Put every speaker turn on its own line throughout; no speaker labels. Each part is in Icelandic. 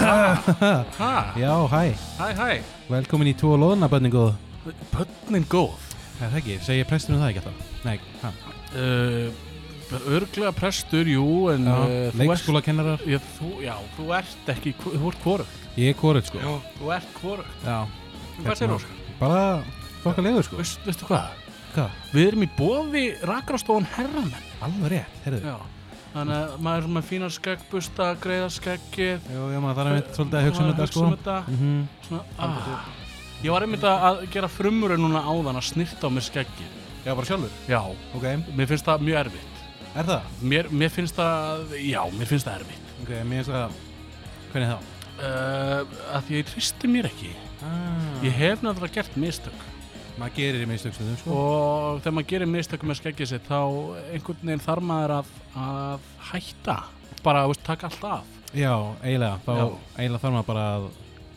Hæ?
Já, hæ,
Hæ, hæ.
velkomin í tvo og loðna bönnin góð
Bönnin góð.
Er það ekki, segir prestunum það ekki alltaf Nei, ha,
Uh, örglega prestur, jú, en
já,
uh, þú, ert,
leikskólakennarar
ég, þú, já, þú ert ekki, þú ert kvorug.
Ég er kórið sko
Þú ert kvorug.
Já,
Hvað segir Óskar?
bara fokka leiður sko
Veist, veistu hvað?
Hvað,
Við erum í bóði rakrastofan herramenn.
alveg rétt, heyrðu
Já. Þannig að maður er svona með fínar skeggbusta, greiða skeggið.
Jú, já, maður þarf einmitt svolítið að hugsa um þetta sko
Hugsa um þetta.
Mhm.
Svona, ah. Ég var einmitt að gera frumur núna áðan að snirta á mér skeggið.
Já, bara sjálfur,
Já,
ok,
mér finnst það mjög erfitt.
er það?
Mér, mér finnst það, já, mér finnst það erfitt
Ok, mér finnst það, hvernig þá?
uh, að því ég tristi mér ekki
Ah.
ég hef náttúrulega gert mistök
Maður gerir í meðstöksnum sko
og þegar maður gerir mistök um með skeggið sitt þá einhvern veginn þarf maður að, að hætta bara, þú veist, taka allt af
Já, eiginlega, þá
Já.
eiginlega þarf maður bara að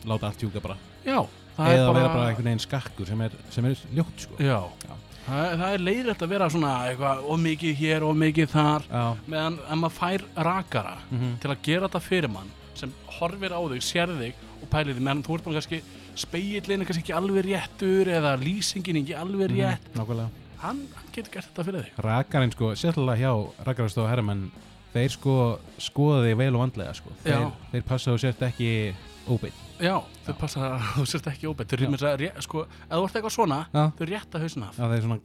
láta allt hjúka bara
já, það
Eða
er
vera bara
bara,
einhvern veginn skakkur sem er, sem er ljótt sko
já,
Já.
Það, er- það er leiðrætt að vera svona eitthvað, of mikið hér, of mikið þar
Já,
meðan ef maður fær rakara
Mhm.
til að gera þetta fyrir mann sem horfir á þig, sér þig og pælir þig meðan þú ert bara kannski speillin er kannski ekki alveg réttur eða lýsingin ekki alveg rétt
Mhm, nákvæmlega
hann, hann getur gert þetta fyrir þig
Rakarinn sko, sérlega hjá Rakarstofa herramenn þeir sko skoða þig vel og vandlega sko þeir,
Já.
þeir passa þú sért ekki óbeitt
já, þau passa að þú sérst ekki óbætt þau rýmur þess að, ré- sko, ef þú ert eitthvað svona
Já.
þau rétta hausin af
að þeir svona,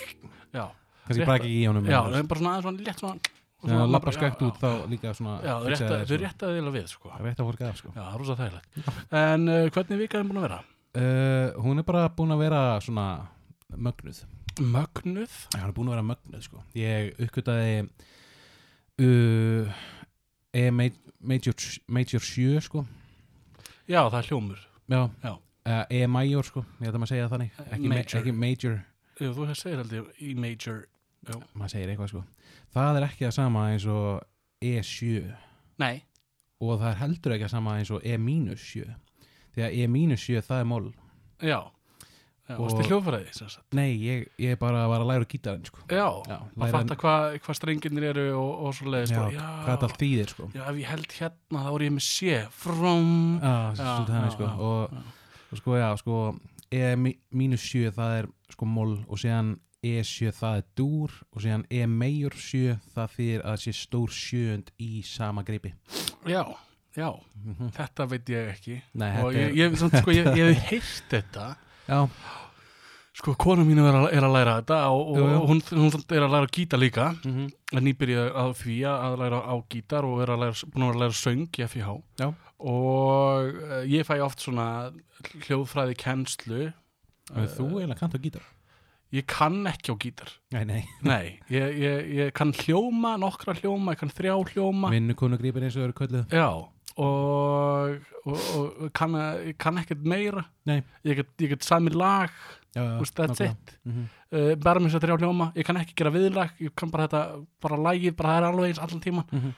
já,
kannski
Rétt-
brak ekki í honum sko.
já, þau er bara svona, aðeins svona létt svona,
svona lappa
já,
skækt
já,
út þá líka svona
já, þau
fixa
rétta,
þeir
þau
svona.
rétta þig alveg við, sko já,
rétt að fólka af sko
það er rosa þægilegt en uh, hvernig vikaðum búin að vera?
uh, hún er bara búin að vera svona mögnuð,
mögnuð
Já, hún er búin að vera mögnuð sko ég uppgötaði uh, e major, major 7 sko
já, það er hljómur
já,
Já.
Uh, e major sko, ég ætla maður að segja það þannig ekki
Major.
major, ekki major
Jú, þú segir aldrei í major
maður segir eitthvað sko það er ekki það sama eins og E7
Nei,
og það er heldur ekki það sama eins og E-7 því að E-7 það er mól
já Já,
Og-
varstu hljófræði sem sagt
nei, ég, ég bara var að læra á gítarinn sko
Já,
já,
að
læra
fatta hvað hva strenginir eru og, og svo leiðist
já,
og,
hvað þetta allt þýðir sko
já, ef ég held hérna þá er ég með sé From
Já, svolítið
já,
þannig sko
já,
og,
já.
og sko, já, sko E-7 það er sko mól og síðan E7 það er dúr og síðan E-major 7 það þýðir að það sé stór sjöund í sama gripi Mhm.
Já, já, þetta veit ég ekki
nei,
Og
þetta
ég,
er,
ég, samt, sko, ég, ég hef heyrt þetta
já,
Sko, kona mín er að, er að læra þetta og, og,
Jú, jú.
og hún, hún samt er að læra gítar líka
mm
en ég byrjaði að því að læra á gítar og er að læra, búin að vera að læra söng í FIH
Já.
og uh, ég fæ oft svona hljóðfræði kennslu
þú eiginlega kannt á gítar
ég kann ekki á gítar
nei, nei
nei, ég, ég, ég kann hljóma nokkra hljóma, ég kann þrjá hljóma
Vinnukonugripin eins og eru kölluð
já og, og, og kann, ég kann ekkert meira
Nei.
ég get, ég get sami lag
Já, já,
þú veist, that's
nákvæmlega.
it
Mhm.
uh, bara með þess að þrjá hljóma, ég kann ekki gera viðlag ég kann bara þetta, bara lagið, bara það er alveg eins allan tíman
Mhm.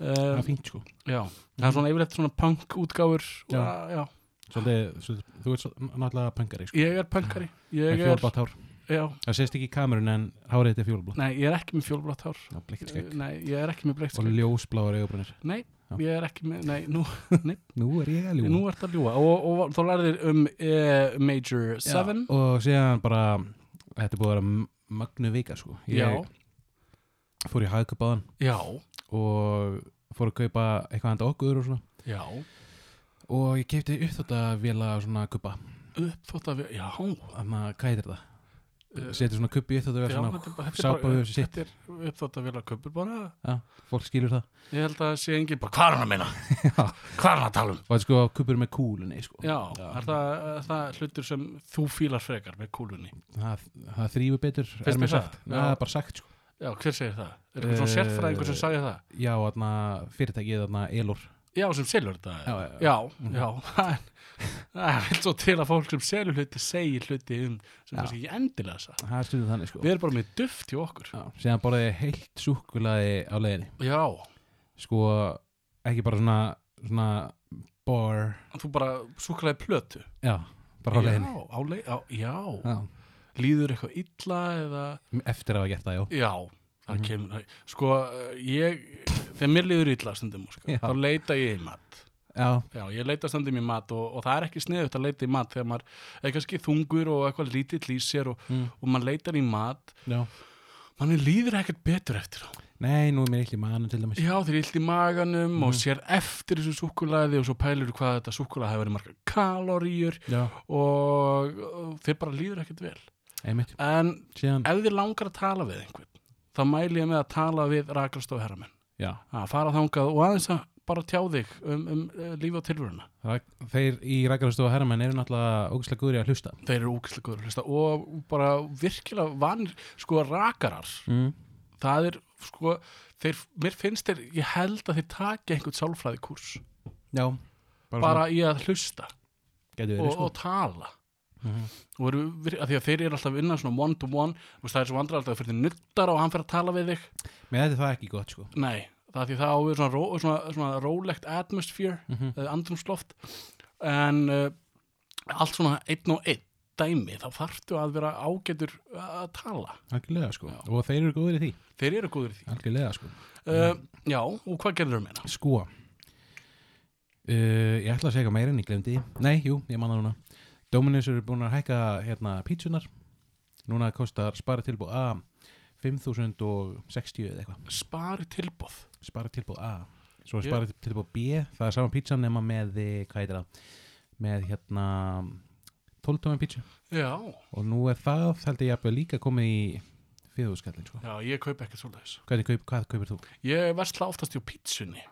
Það
uh,
er fínt sko
Já, það er svona yfirleitt svona punk útgáfur já. Og, já,
Svolítið, svolítið, þú ert svo- náttúrulega pöngari sko
ég er punkari
Með
Ég er,
fjólblátt hár
já,
Það sést ekki í kamerun en hárið þetta er fjólblátt
nei, ég er ekki með fjólblátt hár
Já, blikkið skegg
Nei, ég er ekki með bleikt
Og
skegg
ljósbláar augabrunir
Nei,
Já.
ég er ekki með, nei, nú,
Nú er ég að
nú
ljúga
ert að ljúa Og, og þá lærðir um e, Major 7
Og síðan bara Þetta er búið að vera m- mögnu vika sko Ég
Já,
fór í hagkaupaðan
já,
Og fór að kaupa eitthvað handa okkur og svona
já
Og ég keipti upp þetta vila svona kuppa
Uppþótt að við, já
Þannig að hvað heitir það?
Eh,
Setur svona kuppi upp þetta
Já,
vila svona
þetta er bara, þetta er
sápa
bara,
við þessu sitt.
þetta er uppþótt að vilja köpur bara
Fólk skilur það
Ég held að sé engin bara, hvað er hann að meina? hvað er hann að tala um?
Og þetta er sko kuppur með kúlunni sko
Já, Er, það, er það hlutur sem þú fílar frekar með kúlunni?
það, það þrýfur betur
Finnst
er mér
þér það?
sagt Nei, það er bara sagt sko.
Já, hver segir það? Er eitthvað svona
Eh,
sérfræðingur sem sagði það?
já, þarna, fyrirtækið, þarna, Elor
Já, sem selur þetta.
já,
Já, já, það er- það er vilt svo til að fólk sem selur hluti segir hluti um sem
Já.
kannski ekki endilega það.
það er stundum þannig sko.
Við erum bara með duft hjá okkur.
já, síðan borðið ég heilt súkkulaði á leiðinni
Já,
sko, ekki bara svona svona bar
þú bara súklaði plötu.
já, bara á
já,
leiðinni
á leið, á, já,
já.
líður eitthvað illa eða, Mhm.
eftir að hafa gert það, já
já, það kemur, sko, eh, ég, þegar mér liður illa stundum sko,
Já.
þá leita ég í mat
já,
já, ég leita stundum í mat og, og það er ekki sniðut að leita í mat þegar maður er kannski þungur og eitthvað lítill í sér og,
Mm.
og maður leitar í mat
já.
manni líður ekkert betur eftir á sko.
Nei, nú er mér ekki maður til dæmis.
já, þeir illt í maganum og sér eftir þessu súkkulaði og svo pælur hvað þetta súkkulaði hefur verið margar kaloríur
Já,
og, og þeir bara líður ekkert vel
einmitt.
en
Síðan,
ef þið langar að tala við einhvern þá mæli ég með að tala við rakarstof herramenn
já,
að fara þangað og aðeins að bara tjá þig um, um eh, lífi og tilvöruna
rak- þeir í rækjarastofa herramenn eru náttúrulega ógæslega góður í að hlusta.
þeir eru ógæslega góður að hlusta og bara virkilega vanir sko rakarar
Mm.
það er sko þeir, mér finnst þeir, ég held að þeir taki einhvern sálfræðikurs
Já, bara,
bara í að hlusta
getur verið,
og,
sko.
og tala
Mhm.
og eru, vir- af því að þeir eru alltaf að vinna svona one to one, Þú veist, það er svo vandrar alltaf að fyrir nuttar og hann fyrir að tala við þig
Mér þetta er það ekki gott, sko.
Nei, það er því það ávið svona, ró, svona, svona rólegt atmosphere, mm
Mhm.
andrumsloft en uh, allt svona einn og einn dæmi, þá þarftu að vera ágætur að tala.
Algjörlega, sko.
Já.
Og þeir eru góður í því.
Þeir eru góður í því.
Algjörlega, sko.
Uh, já, og hvað gerður þau meina?
Sko, uh, ég ætla að segja eitthvað meira en ég glemdi. Nei, jú, ég manna núna. Dominus eru búin að hækka hérna pítsunar. Núna kostar spara tilbúið A 5.060 eða eitthvað.
Spari tilbóð.
spara tilbúð A svo er
Ég-
spara tilbúð B það er sama pítsa nema með eh, hvað heitir það með hérna 12 tóman pítsa
Já,
og nú er það held ég jafnvel líka komið í fjöðuskallin sko
já, ég kaup ekkert svoleiðis.
hvað, kaup, hvað kaupir þú?
Ég versla oftast hjá pítsunni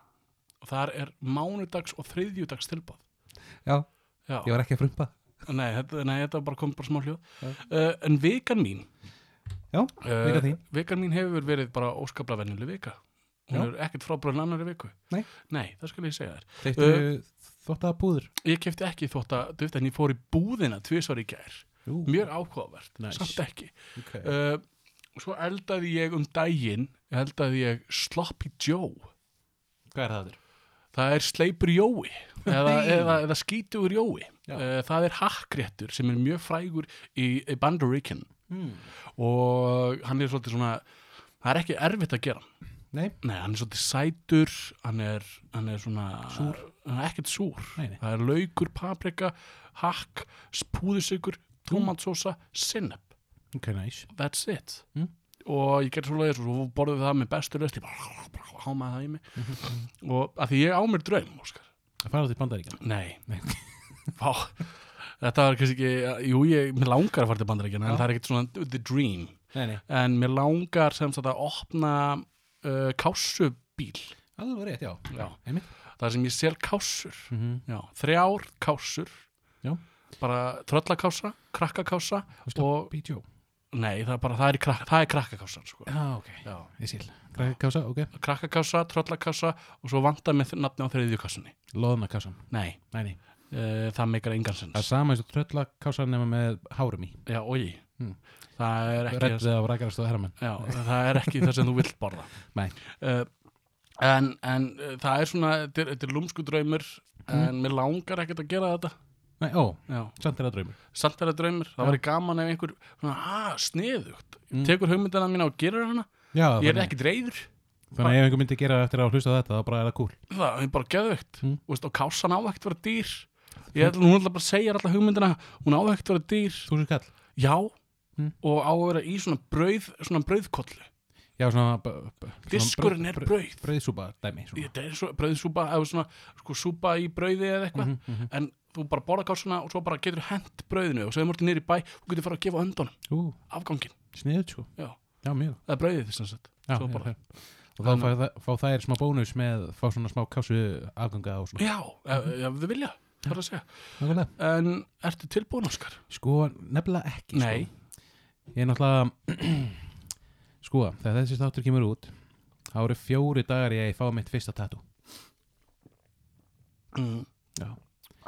og þar er mánudags og þriðjudags tilbóð.
já
Já,
ég var ekki að frumpa
nei, þetta, nei, þetta bara kom bara smá hljóð.
Já.
Uh, en vikan mín, Eh,
já Vika þín.
vikan mín hefur verið bara óskaplega venjuleg vika hún
Já.
er ekkert frábröðin annari viku
Nei.
það skal ég segja þér
þeittu uh, þótt að búður
ég kefti ekki þótt að duft en ég fór í búðina tvisvar í gær
Jú,
mjög áhugavert,
Nice.
samt ekki
okay.
uh, svo eldaði ég um daginn eldaði ég Sloppy Joe
hvað er það þurr?
það er sleipur jói eða,
Nei.
eða, eða skítugur jói
Já.
uh, það er hakkréttur sem er mjög frægur í, í Bandarikin
Mm.
og hann er svolítið svona það er ekki erfitt að gera
nei
Nei, hann er svolítið sætur, hann er, hann er svona...
Súr?
Hann er ekkert súr.
Nei, nei.
Það er laukur, paprika, hakk, spúðisökur, tomatsósa, sinneb.
ok nice
That's it.
Mm.
Og ég gerði svolítið og svo borðið það með bestu löst, ég bara bara hámaði það í mig.
Mhm.
og að því ég á mér draum, Óskar.
að fara til bandaríkjana
Nei.
Nei.
Vá, þetta var kannski ekki, jú, ég, mér langar að fara til bandaríkjana, en
Já.
það er ekkert svona the dream.
nei nei
En mér langar sem sagt að opna uh, kássubíl.
alveg rétt já
Já.
einmitt
Það sem ég sel kásur
mm -hmm.
Já, þrjár kásur
Já.
Bara tröllakása, krakkakása Og-
bítjó
Nei, það er bara, það er, í krak, það er krakkakásan sko.
já Ah, ok
Já,
ég skil kása ok
krakkakása, tröllakása Og svo vantar með nafni á þriðju kassunni
loðna kásan
Nei,
nei nei
e, það meikar engan
Það er
sens
sama eins og tröllakásan nema með hárum í.
Já, ogi
Hmm.
Það er ekki það
Rættið af rækjarastofu herramenn.
Já, það er ekki það sem þú vilt borða
Nei.
Eh, En, en eh, það er svona Þetta er, þetta er lúmsku draumur En mér langar ekkert að gera þetta
Nei, ó,
Já
samt er það draumur.
samt er það draumur, það
Já.
væri gaman ef einhver svona, að, sniðugt,
Mm.
tekur hugmyndina mína og gerir hana,
Já,
ég er
þannig,
ekki dreigður
þannig að ef einhver myndi gera eftir að hlusta á þetta, þá bara er það cool.
það er bara geðvögt,
Mm.
mm. og kásan ávegt vera dýr, ég ætla hún ætla bara að segja alltaf hugmyndina, hún ávegt vera dýr
Þú sér kall.
já,
Mm.
og á að vera í svona brauð, svona brauðkollu
Já, svona... b- b- svona
diskurinn er brauð,
Brauðsúpa dæmi, svona.
þetta er svo brauðsúpa eða svona, sko, súpa í brauði eða eitthvað
Mhm, mhm.
en þú bara borða kásana og svo bara getur hent brauðinu og svo þeim orðið nýri bæ, þú getur fara að gefa öndunum
mhm. Ú,
afgangin,
sniðut, sko.
Já.
Já, mjög.
eða brauðið sem sagt
Já,
Svo
já,
bara-
já. Og þá fá, það- fá þær smá bónus með fá svona smá kásu afganga og svona.
Já, ef, ef þið vilja, það er að segja.
Nákvæmlega.
En ertu tilbúin, Óskar?
Sko, nefnilega ekki,
Nei.
sko. Ég er náttúrulega... sko, þegar þessi þáttur kemur út, þá eru fjóri dagar í að ég fá mitt fyrsta tattoo.
Mm.
Já.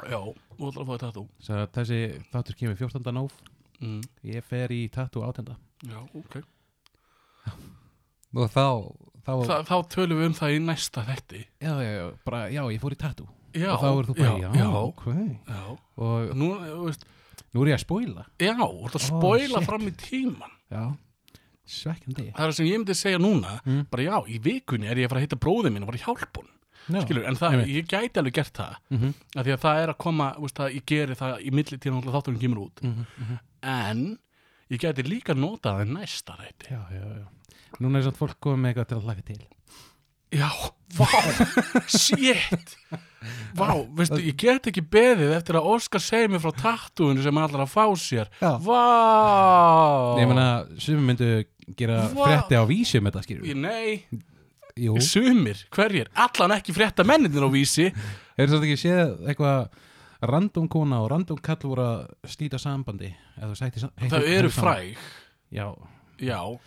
Já, þú ætlar að fá þetta þú.
Svo að þessi þáttur kemur 14. nóf
Mm.
ég fer í tattoo átenda
Já, ok.
og þá, þá
Þa, þá tölum við um það í næsta þetti.
já, já, já, bara, já, ég fór í tattoo
Já,
og þá eru þú bara, já,
já,
ok
já.
og
Nú, þú veist,
nú er ég að spóila
já, þú ert að
Ó,
spoila
shit.
fram í tíman.
já, svekkjandi
það er það sem ég myndi segja núna
Mm.
bara já, í vikunni er ég að fara að hitta bróðið minn og bara hjálpa hún,
Já.
skilur, en það,
einmitt.
ég gæti alveg gert það,
Mhm,
af því að það er að koma þú veist, það, ég geri það í milli tíðan þátturinn kemur út,
mhm, mhm.
en ég gæti líka notað það í næsta rætti
Já, já, já. Núna er samt fólk komið með eitthvað til að hlaka til
já, vá, shit vá, veistu, ég get ekki beðið eftir að Óskar segi mér frá tattúinu sem hann allar að fá sér
Já.
vá
Nei, ég meina, sumir myndu gera
Vá.
frétti á vísum þetta skilur
Ég- nei,
Jú,
sumir, hverjir, allan ekki frétta menninir á vísi
hefur þetta ekki séð eitthvað random kona og random kall voru að slíta sambandi eða þú sætti sam-
það
heitti-
eru
heitti saman.
fræg
Já,
já,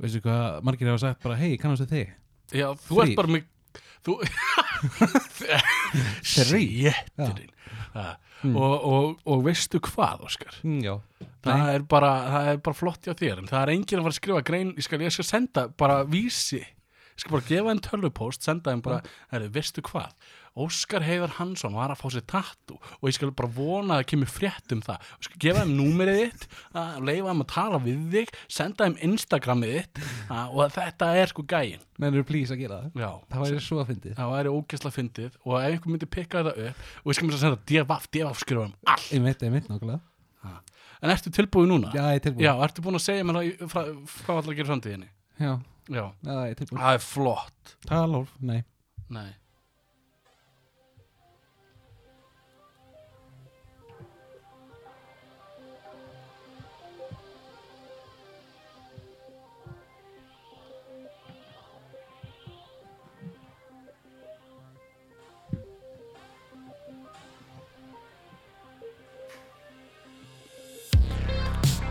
veistu hvað, margir hafa sagt bara hei, kannast þið þig
já, þú
Þrír.
ert bara með þú sétturinn
Mm.
og, og, og veistu hvað, Óskar
mm, Já,
það er, bara, það er bara flott hjá þér en það er enginn að fara að skrifa grein ég skal, ég skal senda bara vísi ég skal bara gefa henn tölvupóst, senda henn
Mm.
bara herri, veistu hvað, Óskar Heiðar Hansson var að fá sér tattu og ég skal bara vona að það kemur frétt um það ég skal gefa henn númerið þitt að leifa henn að tala við þig, senda henn Instagramið þitt
Mm.
að, og að þetta er sko gæin
menn eru plís að gera það
já,
Það væri svo að fyndið
það væri ógæsla fyndið og ef einhver myndi pikka þetta upp og ég skal mér að senda devaf, devaf skrifa um allt
Einmitt, einmitt nákvæmlega
en ertu tilbúið núna?
Já, ég er tilbúin
Já, ertu búin að segja mér það í- frá- hvað allar að gera í framtíðinni?
Já,
Já,
já, ég er tilbúin
það er flott
Talólf, nei
Nei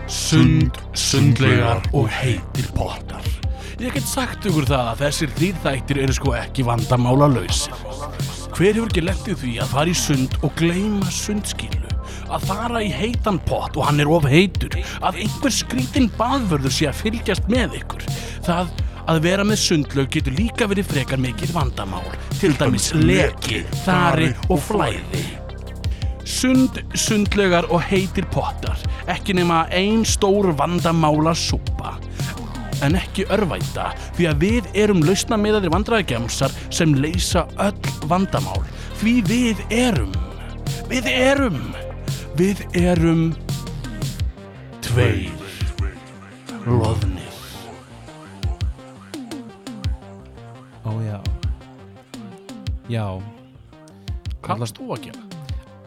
Sund, sundlegar og heitir pottar. Ég get sagt ykkur það að þessir þrýr þættir eru sko ekki vandamála lausir. Hver hefur ekki lendið því að fara í sund og gleyma sundskilu? Að fara í heitan pott og hann er of heitur? Að einhver skrítinn baðvörður sé að fylgjast með ykkur? Það að vera með sundlaug getur líka verið frekar mikið vandamál, til dæmis leki, þari og flæði. Sund, sundlaugar og heitir pottar, ekki nema ein stór vandamála súpa. En ekki örvæta, því að við erum lausnamiðaðir vandræðagemsar sem leysa öll vandamál. Því við erum, við erum, við erum tveir loðnir.
Ó, já Já,
Hvað ætlast þú að gera?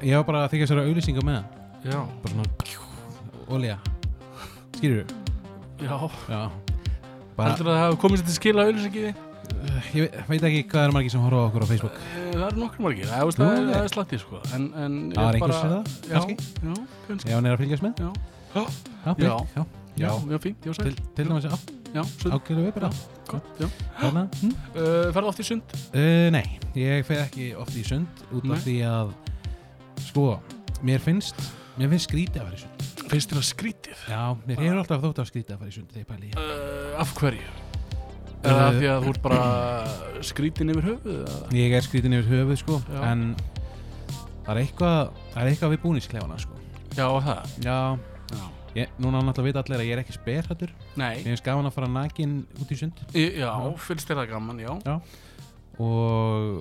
ég var bara að þykja sér að auðlýsinga með það
Já.
Bara svona, olja Skilur
Já,
Já Bara, eh,
heldur að það hafi komist til skila auðlýsingiði?
ég veit, veit ekki hvað er margir sem horfa á okkur á Facebook
Það eru nokkur margir, það er,
Nú,
það er,
nei.
það er slatti sko en, en ég
Eh, Það er einhver
bara-
sem það,
Já,
kannski?
já, kannski
Ef hann er að fylgjast með
Já, já,
Já,
Já.
blík, já
já, já fínt,
Til,
já, sæl
til dæmis, já,
Já, sund,
ákveður við bara
gott, já
Þarna, hm?
uh, Ferðu oft í sund?
Uh, nei, ég fer ekki oft í sund út af
Nei.
því að sko, mér finnst mér finnst skrítið að fara í sund
Finnst þér það skrítið?
Já, mér hefur alltaf þótt að skrítið að fara í sund þegar ég pæli í því.
Uh, af hverju? Er það
Eh,
því að þú ert bara skrítin yfir höfuð? eða?
Ég er skrítin yfir höfuð sko
Já.
en það er eitthvað það er eitthvað við búningsklefana sko
Já, það
Já,
já.
ég, núna náttúrulega veit allir að ég er ekki sperhattur
Nei,
Mér finnst gaman að fara nakin út í sund
í, já, finnst þér það gaman, já
og
uh,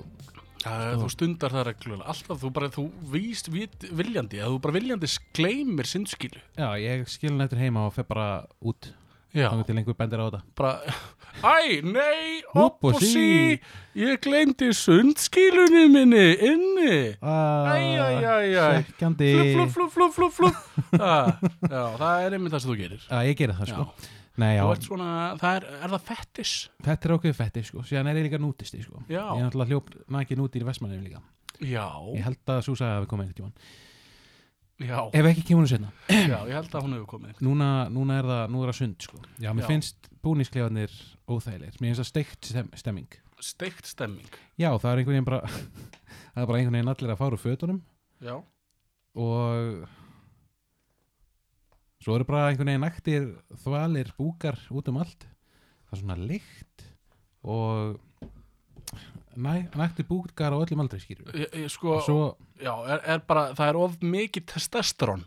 Þú stundar það reglulega Alltaf þú bara, þú víst vit, viljandi að þú bara viljandi skleimir sundskilu
já, ég skil hann eftir heima og fer bara út
Já
þannig til einhver bendir á þetta
bara, æ, nei,
Hopp
opp
og
og sí, ég glemdi sundskilunni minni, inni,
Ah,
æ, æ, æ, æ,
Sekkjandi
flup, flup, flup, flup, flup, flup, ah, já, það er einmitt það sem þú gerir,
Já, ég gerði það
já,
sko Nei, já,
þú ert svona, það er, er það fettis,
þetta er okkur fetti sko, síðan er ég líka nútisti sko
Já.
ég er náttúrulega hljóp nakin út í Vestmannum líka
já,
ég held að Súsa hafi komið einhvern tímann
já,
ef ekki kemur hún setna,
já, ég held að hún hefur komið,
núna, núna er það nú er það sund sko, já, mér
Já.
finnst búningsklefanir óþægilegir, mér finnst það steikt stem, stemming,
steikt stemming,
já, það er einhvern veginn bara það er bara einhvern veginn allir að fara úr fötunum
já,
og svo eru bara einhvern veginn naktir þvalir, búkar út um allt það er svona lykt og næ, nætti búkar á öllum aldrei skýrur
Ég, ég, sko,
og svo
já, er, er bara, það er of mikið testosterón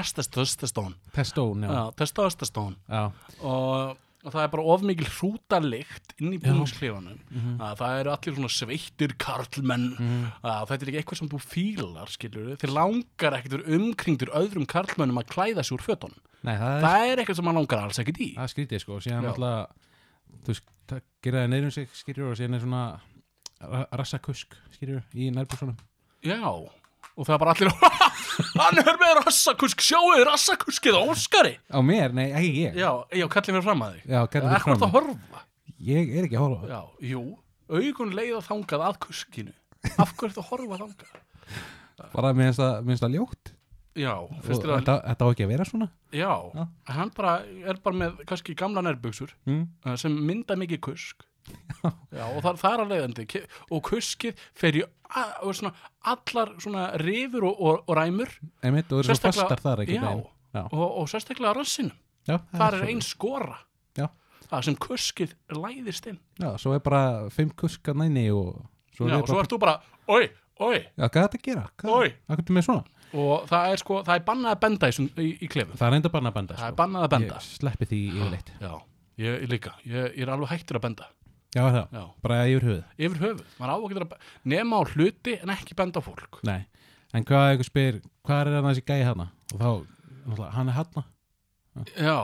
testosterón
testón, já,
Já, testosterón
já.
og, og það er bara of mikil hrútalikt inn í búningsklefanum
Mhm.
að það eru allir svona sveittir karlmenn að þetta er ekki eitthvað sem þú fílar skilur, þeir langar ekkert verið umkringdur öðrum karlmennum að klæða sig úr fötunum
Nei, það er,
það er eitthvað sem maður langar alls ekkert í
það er skrítið sko síðan
Já.
alltaf þú veist, það gera það neyrum sig skýrur og síðan er svona ra- rassakusk skýrur í nærbúrsunum
já, og það er bara allir hann er með rassakusk, sjáuði rassakuskið á Óskari
á mér, nei, ekki ég
já, já, kallið mér fram að þig
já kallið
það
þér
er hvort að
fram
horfa
ég er ekki að horfa á það.
já, jú, augun leiða þangað að kuskinu af hverju ertu að horfa þangað
bara minnst það, minnst það ljótt
já,
og
finnst þér að
þetta, þetta á ekki að vera svona
Já,
Já.
hann bara er bara með kannski gamla nærbuksur
mm.
eh, sem mynda mikið kusk Já, og það, það er að leiðandi Ki- og kuskið fer í a- og svona, allar svona rifur og, og, og ræmur
einmitt, og eru svo
Sérstaklega-
fastar þar ekki
já, og, og sérstaklega rassinum
já,
þar er
svo-
ein skora
Já.
það sem kuskið læðist inn
já, svo er bara fimm kuskar næni og svo er
Já, og svo
bara
ert þú bara, oi, oi
Já, hvað er þetta að gera? Hvað
Oj.
hvað er þetta með svona?
og það er sko, það er bannað að benda í, sum- í, í klefum
Það er enda bannað að benda,
það er
sko.
bannað að benda
Ég sleppi því yfirleitt.
Já, ég, ég líka, ég, ég er alveg hættur að benda
Já, er það.
Já,
Bara yfir höfuð.
yfir höfuð, maður á að geta að nema á hluti en ekki benda á fólk
Nei. En hvað ef ykkur spyr, hvað er hann þessi gæi hana? Og þá, náttúrulega, hann er hana.
já,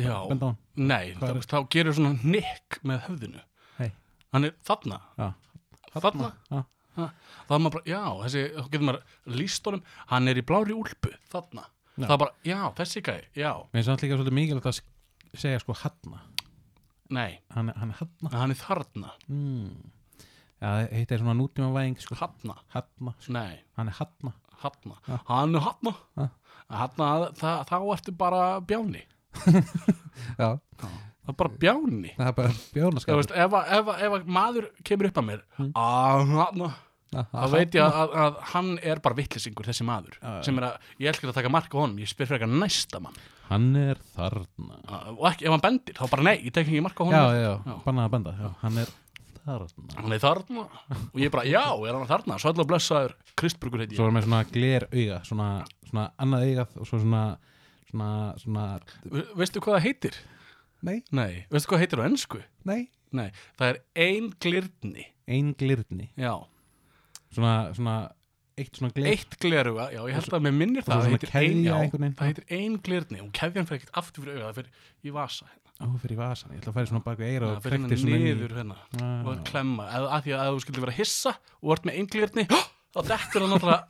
já,
Benda á hann.
nei
Hvað er-
þá, þá gerir svona nikk með höfðinu
Hey.
hann er þarna,
Já.
þarna
Já.
þá er maður bara, já, þessi, þá getur maður líst honum, hann er í blári úlpu þarna,
Já.
það er bara, já, þessi gæi já,
Mér finnst það líka svolítið mikilvægt að sk- segja sko hana.
nei,
Hann, er- hann er hana.
hann er þarna
Mm. Já, þetta er svona nútíma væðing, sko.
hafna,
Hana.
nei,
Hann er hana.
hafna hann er hafna
Já.
hafna, það, þá ertu bara bjáni
Já,
það er bara bjáni
það er bara
Þú
bjónaskapur.
veist, ef, að- ef, að- ef að maður kemur upp að mér
Mm.
"Ah, að hana þá veit ég að, að, að hann er bara vittlisingur þessi maður
Já, já.
sem er að, ég elskar að taka mark á honum ég spyr frekar næsta mann
Hann er þarna.
Að- og ekki, ef hann bendir, þá bara nei, ég tek ekki mark á
Já,
honum
já, já. Bannað að benda. Já, hann er þarna.
hann er þarna og ég bara, já, er hann þarna svo allavega blessaður, Kristbrugur heiti
svo
ég
er með svona gler auga svona, svona annað augað og svo svona svona, svona
Ve- veistu hvað það heitir?
nei,
nei, veistu hvað það heitir á ennsku?
nei,
nei, það er ein glirni
ein glirni
já,
svona, svona, eitt svona gler
eitt gleruga já, ég held að mér minnir
svo
það það
svona
heitir ein,
keðja
já,
einhvern veginn.
það heitir ein glirni og kefjan fer ekkert aftur fyrir auga það fer í vasa hérna.
á, fyrir vasan, ég ætla að færi svona baku eira
það
og
fer
trektir
hérna
svona inn í
niður hérna og
Ah,
að klemma eða að því að ef þú skildir vera hissa og ert með einglirni þá dettur hann náttúrulega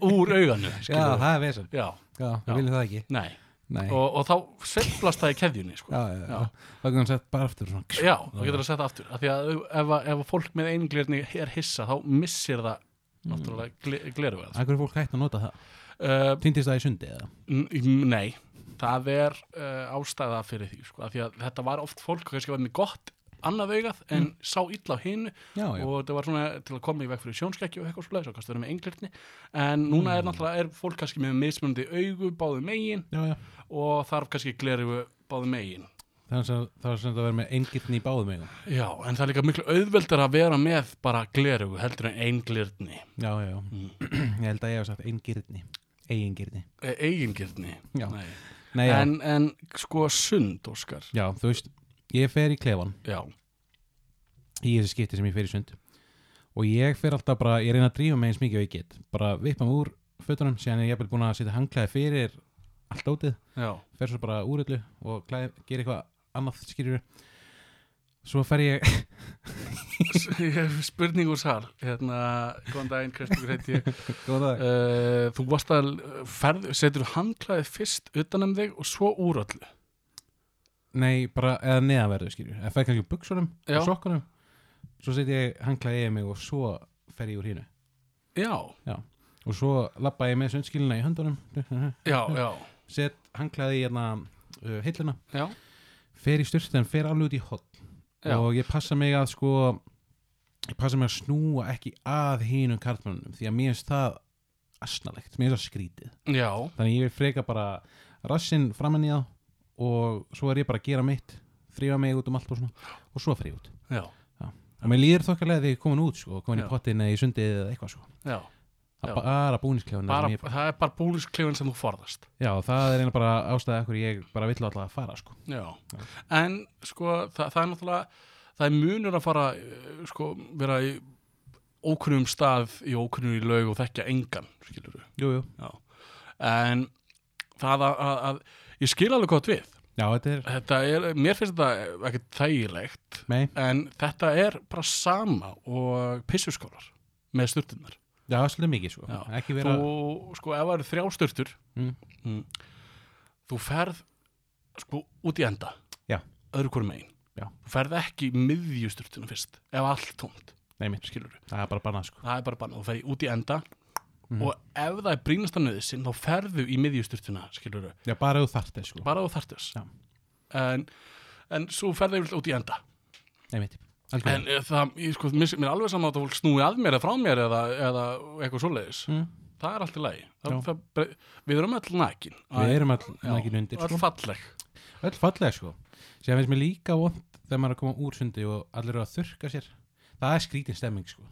úr auganu
já,
skilurðu.
það er vesen
já,
já,
Já.
við viljum það ekki
nei
nei,
og, og þá sveiflast það í keðjunni sko.
já, já, já, þá kannan sett bara aftur svona
já, þá getur það sett aftur af því að ef, ef, að- ef að fólk með einglirni er hissa þá missir það
Hmm.
náttúrulega gle, gleru
af hverju er fólk hægt að nota það,
uh,
týndist það í sundi eða
n- nei, það er uh, ástæða fyrir því sko. af því að þetta var oft fólk kannski var með gott annað augað en
Hmm.
sá illa á hinu
já, já,
og þetta var svona til að koma í veg fyrir sjónskekkju og eitthvað svolítið, svo kannski verið með englirni en núna er náttúrulega, er fólk kannski með mismunandi augu báðu megin
já, já
og þarf kannski gleru báðu megin
þannig að það er sem þetta verður með eingirni í báðum eigum
já, en það er líka miklu auðveldar að vera með bara gleru heldur en englirni
já, já, já, ég held að ég hef sagt eingirni, eigingirni
e, eigingirni
Já.
Nei.
nei, já,
en, en sko sund, Óskar
Já, þú veist, ég fer í klefan
já,
í þessi skipti sem ég fer í sund og ég fer alltaf bara, ég reyna að drífa mig eins mikið og ég get bara vippa mig úr fötunum síðan er ég jafnvel búin að setja hangklæði fyrir allt ótið,
já,
fer svo bara úr öllu og klæði, gera eitthvað annað skýrur svo fer ég
S- ég hef spurning úr sal hérna, góðan daginn, Kristofur heiti ég
góða,
uh, þú varst að ferð, setur handklæðið fyrst utan um þig og svo úr öllu
nei, bara eða neðanverðu skýrur, eða fer kannski úr buksunum
Já.
og sokkunum, svo setja ég hangklæði yfir mig og svo fer ég úr hínu
já,
og svo labba ég með sundskilina í höndunum
já, já,
set hangklæði í hérna uh, hilluna
já,
fer í styrst en fer alveg út í hotn
Já.
og ég passa mig að sko ég passa mig að snúa ekki að hínum karlmannum því að mér finnst það asnalegt, mér finnst það skrítið
já,
þannig ég vil freka bara rassinn framann í það og svo er ég bara að gera mitt þrýfa mig út um allt og svona og svo fer ég út
já.
Já. og mér líður þokkalega þegar ég er komin út sko, komin
Já.
í pottin eða í sundið eða eitthvað sko.
já,
það
Já.
er bara búningsklefuna
bara,
sem ég,
það er bara búlisklefin sem þú forðast
já, það er eina bara ástæði ekkur ég bara vill alltaf að fara sko.
já. en sko það, það er náttúrulega það er munur að fara eh, sko, vera í ókunnum stað í ókunnum í laug og þekkja engan skilur
jú, jú.
en það að, að, að ég skil alveg gott við
já, þetta er
þetta er, mér finnst þetta ekkert þægilegt
mei,
en þetta er bara sama og pissuskólar með sturtunar
já, svolítið mikið sko.
Já.
ekki vera,
þú, sko, ef það eru þrjá sturtur
Mm.
mm, þú ferð sko út í enda
Já.
öðru hverju megin
Já.
þú ferð ekki miðju sturtuna fyrst ef allt tómt,
nei mitt,
skilur
það er bara bannað sko.
það er bara bannað, þú ferði út í enda
Mhm.
og ef það er brínasta nöðisinn þá ferðu í miðju sturtuna, skilur
já, bara þú þart þess sko.
bara þú þartus
Já.
en, en svo ferðu yfirleitt út í enda
nei mitt,
En
algjörlega
eh, það, ég, sko, mér, mér er alveg saman að það fólk snúi að mér eða frá mér eða, eða eitthvað svoleiðis.
Mm.
Það er allt í lagi. Það,
Já.
það, bre- við erum öll nakin.
við erum all
Já,
nægin undir
Öll
sko.
falleg.
öll fallega sko. sem finnst mér líka vond þegar maður er að koma úr sundi og allir eru að þurka sér það er skrítin stemming sko.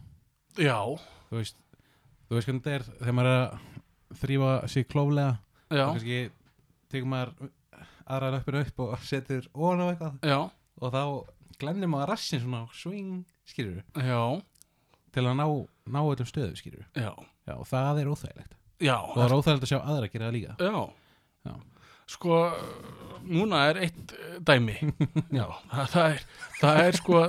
Já,
þú veist þú veist hvernig þetta er þegar maður er að þrýfa sig klóflega
já,
og kannski tekur maður aðra löppinu upp og setur ofan á eitthvað
já,
og þá glennir maður rassin svona swing, skýrur
já,
til að ná, ná öllum stöðu, skýrur
já,
já, og það er óþægilegt
já.
og það er óþægilegt að sjá aðra að gera það líka
Já.
Já.
Sko, núna er eitt eh, dæmi. já. Það, það, er, það er sko,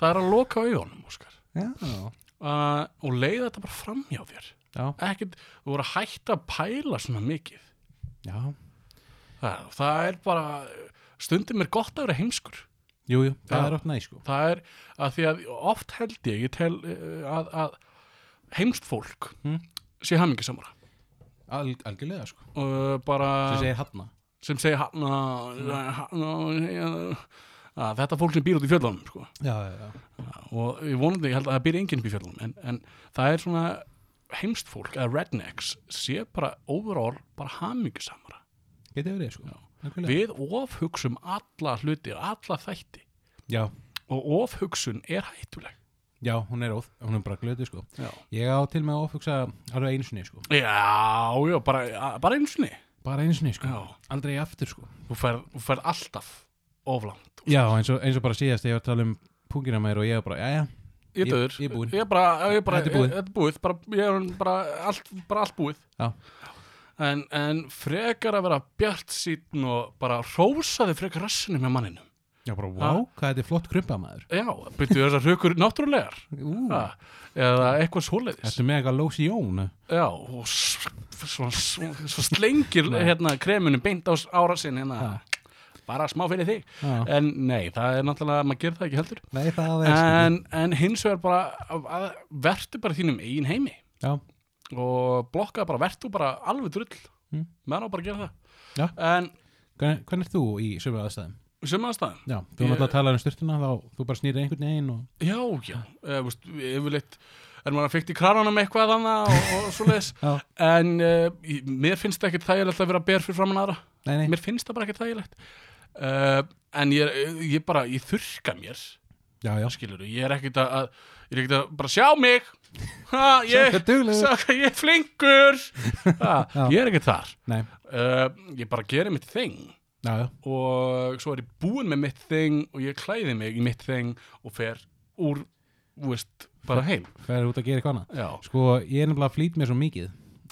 það er að loka auðunum, Óskar.
já,
Uh, og leiða þetta bara fram hjá þér.
já,
Ekkert, þú voru að hætta að pæla svona mikið.
já
Það, það er bara stundum er gott að vera heimskur
jú, jú, það
Já.
er oft næ, sko
það er að því að oft held ég, ég tel eh, að, að heimst fólk
Mm.
sé hamingisamara
Al, algjörlega, sko,
og bara
sem segir hafna
sem segir hann að þetta fólk sem býr út í fjöllunum sko.
já, já, já,
og ég vonandi, ég held að það býr enginn upp í fjöllunum en, en það er svona heimst fólk eða rednecks sé bara overall bara hamingisamara
getið verið, sko algjörlega,
við ofhugsum alla hluti og alla þætti
já,
og ofhugsun er hættuleg
já, hún er óþ, hún er bara glötu, sko
Já,
ég á til með að ofugsa alveg einu sinni, sko
já, já bara, bara einu sinni
bara einu sinni, sko,
Já.
aldrei aftur, sko
Þú ferð, þú ferð alltaf oflant
Já, eins og, eins og bara síðast þegar ég var að tala um pungina mér og ég var bara, jæja,
Ég
Ég-
döður,
ég er búinn.
ég er bara, ég er bara
Þetta er búið.
Þetta er búið, bara, ég er bara allt, bara allt búið
Já.
en, en frekar að vera bjart sín og bara rósa þig frekar rassinu með manninu
já bara, wow, hvað þetta er flott krumpað maður.
Já, byrjuðu þessar haukur náttúrulegar
Ú,
ja, eða eitthvað svoleiðis
þetta er með eitthvað lósi jón.
Já, og s- svo, svo, svo slengir hérna kreminu beint á s- á rassinn hérna bara smá fyrir þig
Já.
en nei, það er náttúrulega, maður gerir það ekki heldur
Nei, það er sko.
en, en hins vegar bara að- að vertu bara í þínum eigin heimi
Já,
og blokkaðu bara, vertu bara alveg drull
Mm.
menn á bara að gera það
Já.
en
hvernig, hvernig er þú í sömu aðstæðum?
í sömu aðstæðum
Já, þú
Ég-
ég... náttúrulega talar um styrtuna, þá þú bara snýrir einhvern veginn og...
já, já, eh, veist, yfirleitt er maður að fykta í krananum eitthvað þannig og, og svo leiðis
Já.
en uh, mér finnst það ekkert þægilegt að vera ber fyrir framann aðra
Nei, nei,
mér finnst það bara ekkert þægilegt uh, en ég, ég bara, ég þurka mér
já, já.
skilur ég er ekkert að, að ég er ekkert að bara sjá mig ha, ég,
Sjá hvað duglegur.
sjá hvað ég er flinkur ha,
Já.
ég er ekkert þar
Nei,
uh, ég bara geri mitt þing
já, já,
og svo er ég búinn með mitt þing og ég klæði mig í mitt þing og fer úr, þú veist, bara heim
hvað út að gera eitthvað annað?
já,
Sko, ég er nefnilega að flýt mér svo mikið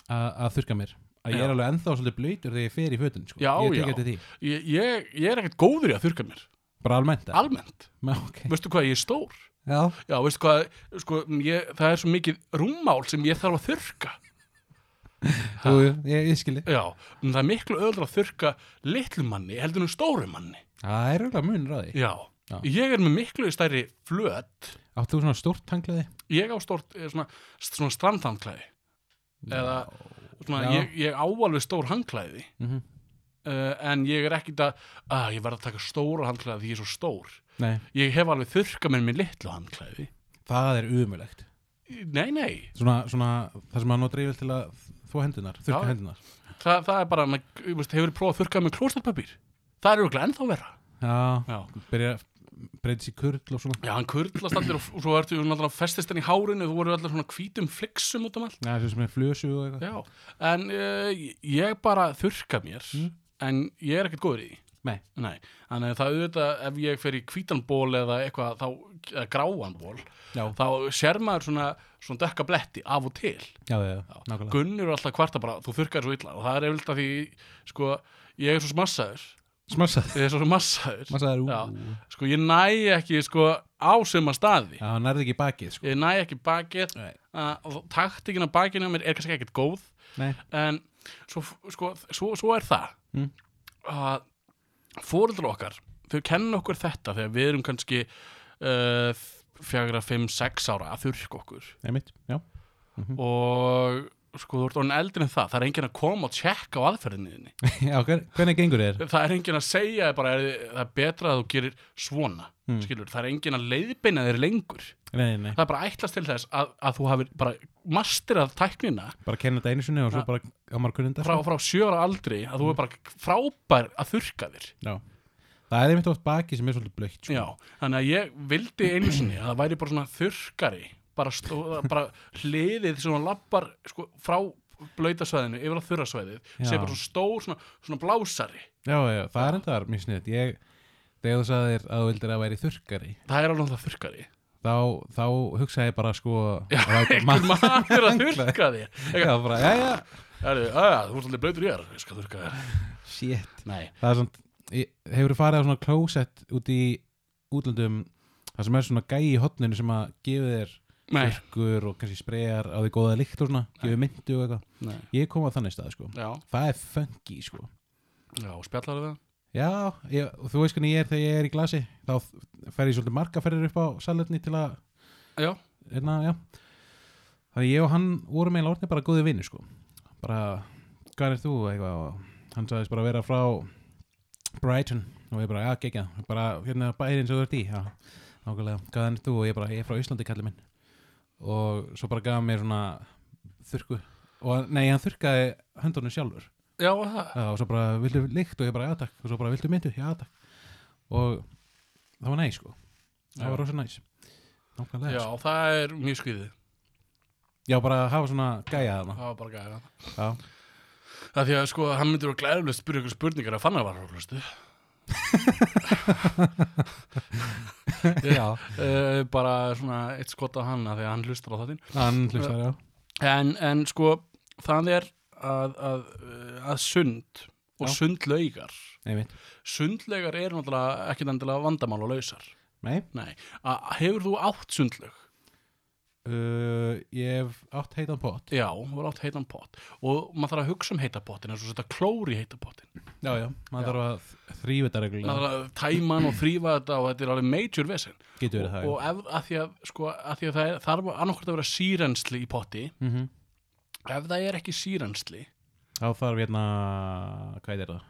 að, að þurka mér. Að ég
Já.
er alveg ennþá svolítið blöytur þegar ég fer í fötun, sko.
Já,
ég
já.
Ég tek eftir því.
ég, ég, ég er ekkert góður í að þurka mér
Bara almennt, eða?
almennt,
Já, ok.
veistu hvað ég er stór
Já,
já, veistu hvað, sko, ég, það er svo mikið rúmmál sem ég þarf að þurka
jú, jú, ég, ég skilji.
já, en það er miklu öðra að þurka litlum manni heldur en stórum manni
Það er auðvitað munur á því.
Já.
Já.
ég er með miklu stærri flöt
Áttu þú svona stórt tanglaði?
ég á stort eh, svona, svona strandhangklæði eða svona,
Já.
ég, ég á alveg stór hangklæði
Mhm.
uh, en ég er ekkit að að ég verð að taka stóra hangklæði því ég er svo stór
Nei,
ég hef alveg þurrka með minn litlu hangklæði
það er umulegt
nei, nei,
svona, svona, það sem maður notar yfir til að þvó hendunar, þurka
Já.
hendunar
Þa, það er bara maður- þú veist, hefur prófað að þurrka með klóstapapír það er auðvitað ennþá verra
Já,
Já.
byrja, breytis í kurl og svona
Já, hann kurlast allir og, og svo ertu náttúrulega festist henni í hárinu þú voru allir svona hvítum fliksum út um allt
Já, þessi sem er flösu og eitthvað
Já, en uh, ég bara þurka mér en ég er ekkert góður í því
Nei,
Nei, þannig að það auðvitað ef ég fer í hvítan ból eða eitthvað þá, eða gráan ból
já,
þá sér maður svona, svona dökka bletti af og til
já, já, nákvæmlega
Gunnur er alltaf kvarta bara, þú þurkar svo illa og það er eflut að því, sko ég er svo smassaður,
Smassað,
ég er svo massaður
massaðar ú
Já. sko ég næ ekki sko á suma staði
Já, hann nærði ekki í bakið, sko
ég næ ekki bakið
Nei.
uh, og taktikinn á bakinu á mér er kannski ekkert góð
Nei,
en svo, sko, svo, svo er það
Mm.
að fóreldrar okkar þau kenna okkur þetta þegar við erum kannski uh, fjagra, fimm, sex ára að þurrk okkur
einmitt, já
og sko þú ert orðin eldin en það það er enginn að koma og tjekka á aðferðinni þinni.
Já, hver, hvernig gengur þér?
það er enginn að segja þér bara, er, það er betra að þú gerir svona
Mm.
skilur, það er enginn að leiðbeina þér lengur
Nei, nei, nei,
það er bara ætlast til þess að, að þú hafir bara masterað tæknina
bara kenna þetta einu sinni og svo bara á sko? margununda
frá, frá sjöra aldri að þú er bara frábær að þurrka þér
Já, það er einmitt oft bakið sem er svolítið blöitt, sko
Já, þannig að ég vildi einu sinni að það væri bara svona þurrkari bara, stó, bara hliðið sem hann lappar sko, frá blöytasvæðinu yfir á þurrasvæðið
Já.
sem bara svona stór svona, svona blásari
Já, já, það er endar mjög sniðt Ég, þegar þú sagðir að þú vildir að væri þurrkari
það er alveg það þurrkari
þá, þá hugsaði ég bara sko
Já,
að láta
einhver
mann-
maður að þurrka þér
Já, bara, já, já,
Herri, aðja, þú ert alveg blöytur ég er ég skal þurrka þér
shit
Nei,
Það er svona, hefur farið á svona klósett út í útlöndum það sem er svona gæi í hotninu sem að gefa þér
nei,
þurrkur og kannski spreyjar á því góða líkt og svona, gefa myndu og eitthvað
nei.
Ég kom að þannig stað, sko
Já,
Það er funky, sko
já, spjallar við það
Já, ég, og þú veist hvernig ég er þegar ég er í glasi þá fer ég svolítið markaferðir upp á salerni til að
Já,
hérna, já þannig ég og hann vorum eiginlega orðin bara góði vinni sko bara, hvað er þú eitthvað og hann sagðist bara vera frá Brighton og ég bara, já, gegja bara hérna bærin sem þú ert í já, nákvæmlega, hvað er þú og ég bara, ég er frá Íslandi kallið minn og svo bara gaf hann mér svona þurrku og nei, hann þurrkaði höndunum sjálfur
já, það
já, og svo bara, viltu lykt og ég bara, já, takk og svo bara, viltu myndu, já, takk og það var næs sko það
Já.
var rosa næs nákvæmlega,
Já,
sko.
það er mjög skvíðið
Já, bara hafa svona gæja þarna
Það var bara gæða
Já,
Það því að sko, hann myndir að glæðilegt spyrja ykkur spurningar að fann að var hlustu.
já.
Uh, bara svona eitt skot á hann að því að hann hlustar á þáttinn.
hann hlustar, já
En, en sko, það er að, að, uh, að sund og
Já.
sundlaugar.
Einmitt.
Sundlaugar eru náttúrulega ekkit endilega vandamál og lausar.
Nei,
Nei. A, hefur þú átt sundlaug?
uh, ég hef átt heitan pott
Já, þú hefur átt heitan pott. Og maður þarf að hugsa um heita pottin, eins og setja klóri í heita pottin.
Já, já, maður þarf að þrýfa þetta reglulega
Maður þarf að tæma hann og þrýfa þetta og þetta er alveg major vesen.
Getur verið
og,
það, já
og ef, að því að, sko, að því að það er, þarf annarkvært að vera sírensli í potti
mm
ef það er ekki sírensli
Þá þarf hérna, hvað er það?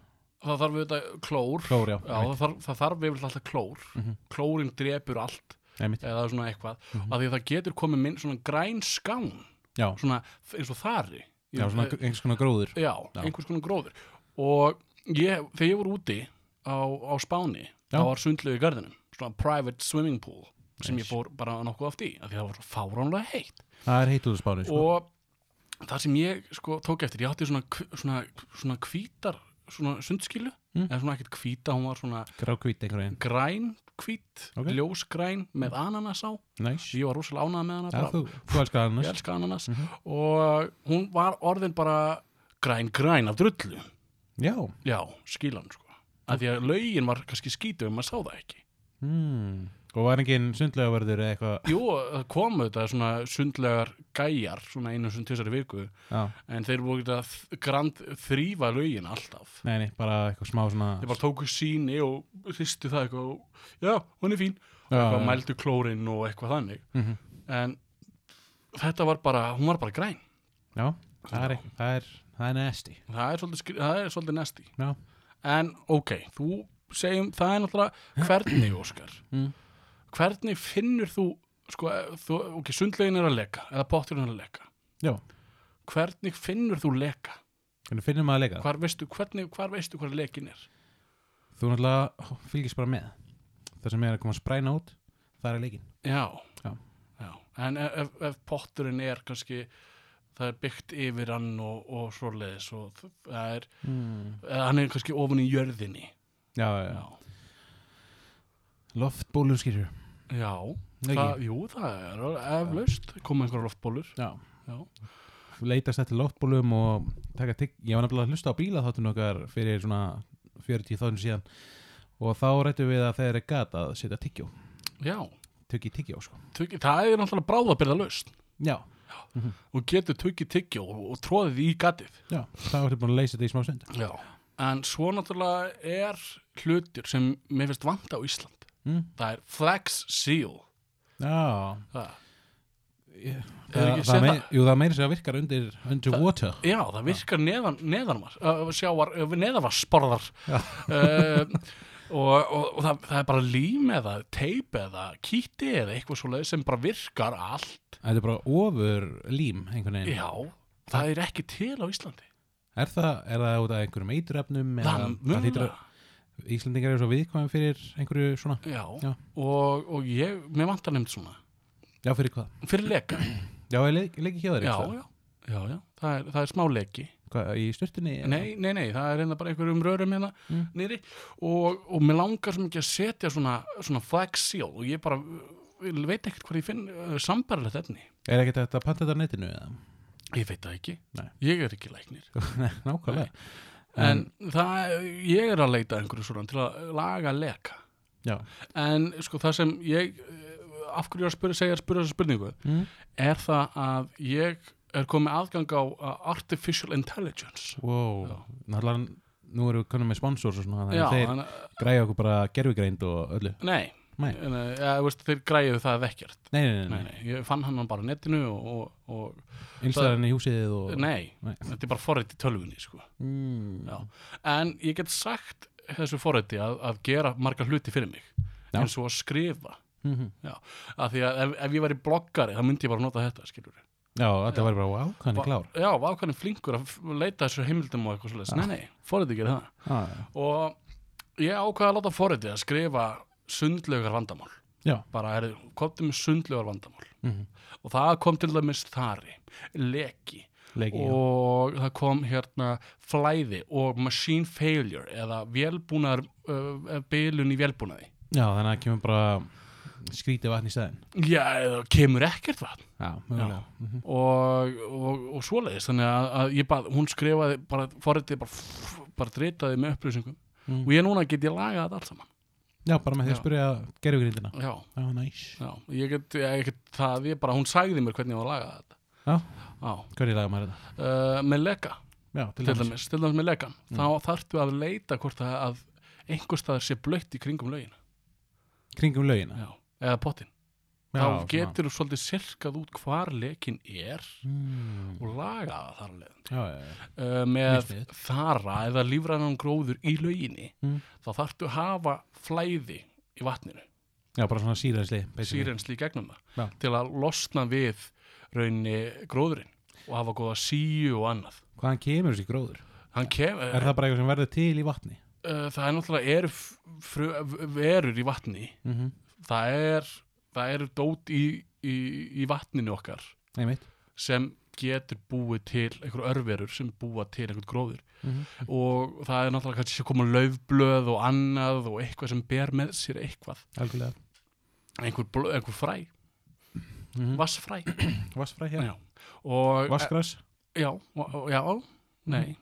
þá þarf auðvitað klór
Klór, já,
Já, það, þarf, það þarf yfirleitt alltaf klór
Mhm.
klórin drepur allt
einmitt
eða svona eitthvað
Mhm.
að því að það getur komið minn svona græn skán
Já,
svona eins og þari
já svona einhvers konar gróður
já,
Já.
einhvers konar gróður og ég, þegar ég voru úti á, á Spáni
Já.
þá var sundlegu í garðinum svona private swimming pool sem ég fór bara nokkuð oft í af því að það var svo fáránlega heitt
Það er heitt út úr spánu, sko
og það sem ég sko tók eftir, ég átti svona, hv- svona, svona hvítar, svona sundskilu
Mm.
eða svona ekkert hvíta, hún var svona
Grákvít einhvern veginn
græn hvít,
Ok.
ljósgræn með ananas á,
Næs
ég var rosalega ánað með hana
Já,
bara,
þú, Mhm. þú elskar
ég
annars
elska ananas og hún var orðin bara græn græn af drullu
Já
já, skilan sko af því að lögin var kannski skítu um að sá það ekki
mm. Og var enginn sundlegavörður eða eitthvað
jú, það kom auðvitað svona sundlegar gæjar svona einu sem tvisari viku
Já,
en þeir voru ekki að grand þrýfa lögin alltaf
nei, nei, bara eitthvað smá svona
Þeir bara tóku síni og hristu það eitthvað og já, hún er fín.
Já,
Eitthvað
já.
mældu klórin og eitthvað þannig.
Mhm.
En þetta var bara, hún var bara græn.
Já, það er, eitthvað- það er, það er nasty
Það er svolítið, skri- það er svolítið nesti.
Já,
En ok, þú segjum, það er náttúrulega hvernig, Óskar.
Mm.
Hvernig finnur þú, sko, þú, ok, sundlegin er að leka, eða potturinn er að leka.
já
Hvernig finnur þú leka?
Hvernig finnum maður að leika?
Hvar veistu, hvernig, hvar veistu hvað lekin er?
Þú náttúrulega fylgist bara með það sem er að koma að spræna út það er leikinn
Já,
Já.
Já. En e, ef, ef- ef potturinn er kannski það er byggt yfir hann og, og svoleiðis og þ- það er
mm.
eða hann er kannski ofan í jörðinni
já, já,
Já,
já. loftbólur skýrur
já.
Ekki?
Það, jú, það er alveg eflaust koma einhverja loftbólur
já.
Já.
leitast eftir loftbólum og taka tigg ég var nefnilega að hlusta á bíla þáttum okkar fyrir svona 40 þáttum síðan og þá rættum við að þeir er gat að setja tyggjó
Já,
tyggi tyggjó sko
tuggi, það er náttúrulega bráðabirða laust
já,
og getur tuggið tyggjó og, og tróðið í gatið
já, þá ertu búin að leysa þetta í smá stund
Já En svo náttúrulega er hlutur sem mér finnst vanta á Ísland
mm.
Það er flex seal
já,
Það,
Ég-
Hefur
það,
ekki
það
séð
mei, jú, það meiri sig að virkar undir underwater
Já, það virkar neðan, neðanmar, uh, sjávar, uh, neðanvarsborðar
Já.
uh, og, og, og það, það er bara lím eða teip eða kíti eða eitthvað svoleið sem bara virkar allt.
þetta er bara ofur lím einhvern veginn
Já, það er ekki til á Íslandi.
er það, er það út af einhverjum eiturefnum eða-
það mun
hlýtur að- Íslendingar eru svo viðkvæðum fyrir einhverju svona
Já,
Já.
Og, og ég, mér vantar nefnd svona.
já, fyrir hvað?
Fyrir leka.
já, ég leik, leik ekki hjá þér
já,
einhvers staðar?
já, já, já. Það er, það er smá leki.
Hvað, í styrtunni?
Nei, nei, nei, það er einnig bara einhverjum rörum hérna
Mm.
niðri og, og mér langar sem ekki að setja svona, svona flag seal og ég bara ég veit ekkert hvað ég finn uh, sambarlegt efni.
er ekkert hægt að panta þetta á netinu eða?
Ég veit það ekki.
Nei.
Ég er ekki læknir.
Nei, nákvæmlega
En, það, ég er að leita að einhverju svona til að laga leka.
já,
En sko það sem ég, uh, af hverju ég er að spyrja, segja að spyrja þessa spurningu,
mm.
er það að ég er komið aðgang á uh, artificial intelligence.
wow
Já.
náttúrulega, nú erum við konum með sponsors og svona, þannig
Já,
að þeir
þannig-
græja okkur bara gerfigreind og öllu
Nei,
Nei.
En, uh, ja, veist, þeir græðu það ekkert
nei, nei, nei, nei,
nei, nei, ég fann hann bara á netinu og, og,
nei. innstæðan í húsið og
og nei,
Nei.
þetta er bara forrætt í tölvunni sko.
Mm.
Já. en ég get sagt þessu forrætti að, að gera margar hluti fyrir mig
Já.
eins og að skrifa
Mhm.
af því að ef, ef ég væri bloggari þá myndi ég bara nota þetta skilur
Já, þetta var bara, wow, hann er
Va-
klár
já, var hvernig flinkur að f- leita þessu heimildum og eitthvað svoleiðis,
Já.
nei nei, forrætti gerir það
ah, já.
og ég ákvaði að láta forrætti að skrifa sundlaugar vandamál
Já.
bara, er, komdu með sundlaugar vandamál
Mhm.
og það kom til dæmis þari, leki
Leiki, já.
og það kom hérna flæði og machine failure eða vélbúnaðar uh, bylun í vélbúnaði
já, þannig að það kemur bara skrítið vatn í stæðin
já, eða kemur ekkert vatn
Já, mögulega Mhm.
og, og, og svoleiðis þannig að, að ég bað, hún skrifaði bara, forritið bara, f- bara dritaði með upplýsingum
Mm.
og ég núna get ég lagað þetta allt saman
Já, bara með því að
Já.
spyrja gerfugrindina
já,
Já, næs
já, ég get, ég get það, ég bara, hún sagði mér hvernig ég var að laga þetta
Já.
já,
Hvernig laga maður þetta?
uh, með leka
Já, til
til
dæmis Mm.
dæmis, til dæmis með legan þá þarftu að leita hvort að, að einhver staðar sé blöytt í kringum lögin
Kringum lögina
Já. eða pottin
Já,
þá getur þú svolítið sirkað út hvar lekin er
mm.
og laga það þar alveg
Já, já, já
uh, með
Mjög sniðugt.
þara eða lífrænan gróður í löginni
Mm.
þá þarftu að hafa flæði í vatninu,
Já, bara svona sírensli basically.
sírensli í gegnum það
Já.
til að losna við raunni gróðurinn og hafa góða síu og annað
Hvaðan kemur þessi gróður?
Hann kem, uh,
Er það bara eitthvað sem verður til í vatni?
það er náttúrulega eru f- fru- verur í vatni
Mm -hmm.
það er það eru dót í, í, í vatninu okkar
Nei, mitt
sem getur búið til einhver örverur sem búa til einhvern gróður
Mhm.
og það er náttúrulega kannski að koma laufblöð og annað og eitthvað sem ber með sér eitthvað
Algjörlega
einhver, blöð, einhver fræ,
mm
vassfræ
Vassfræ hér
já. og
Vassgræs
já, og- já, nei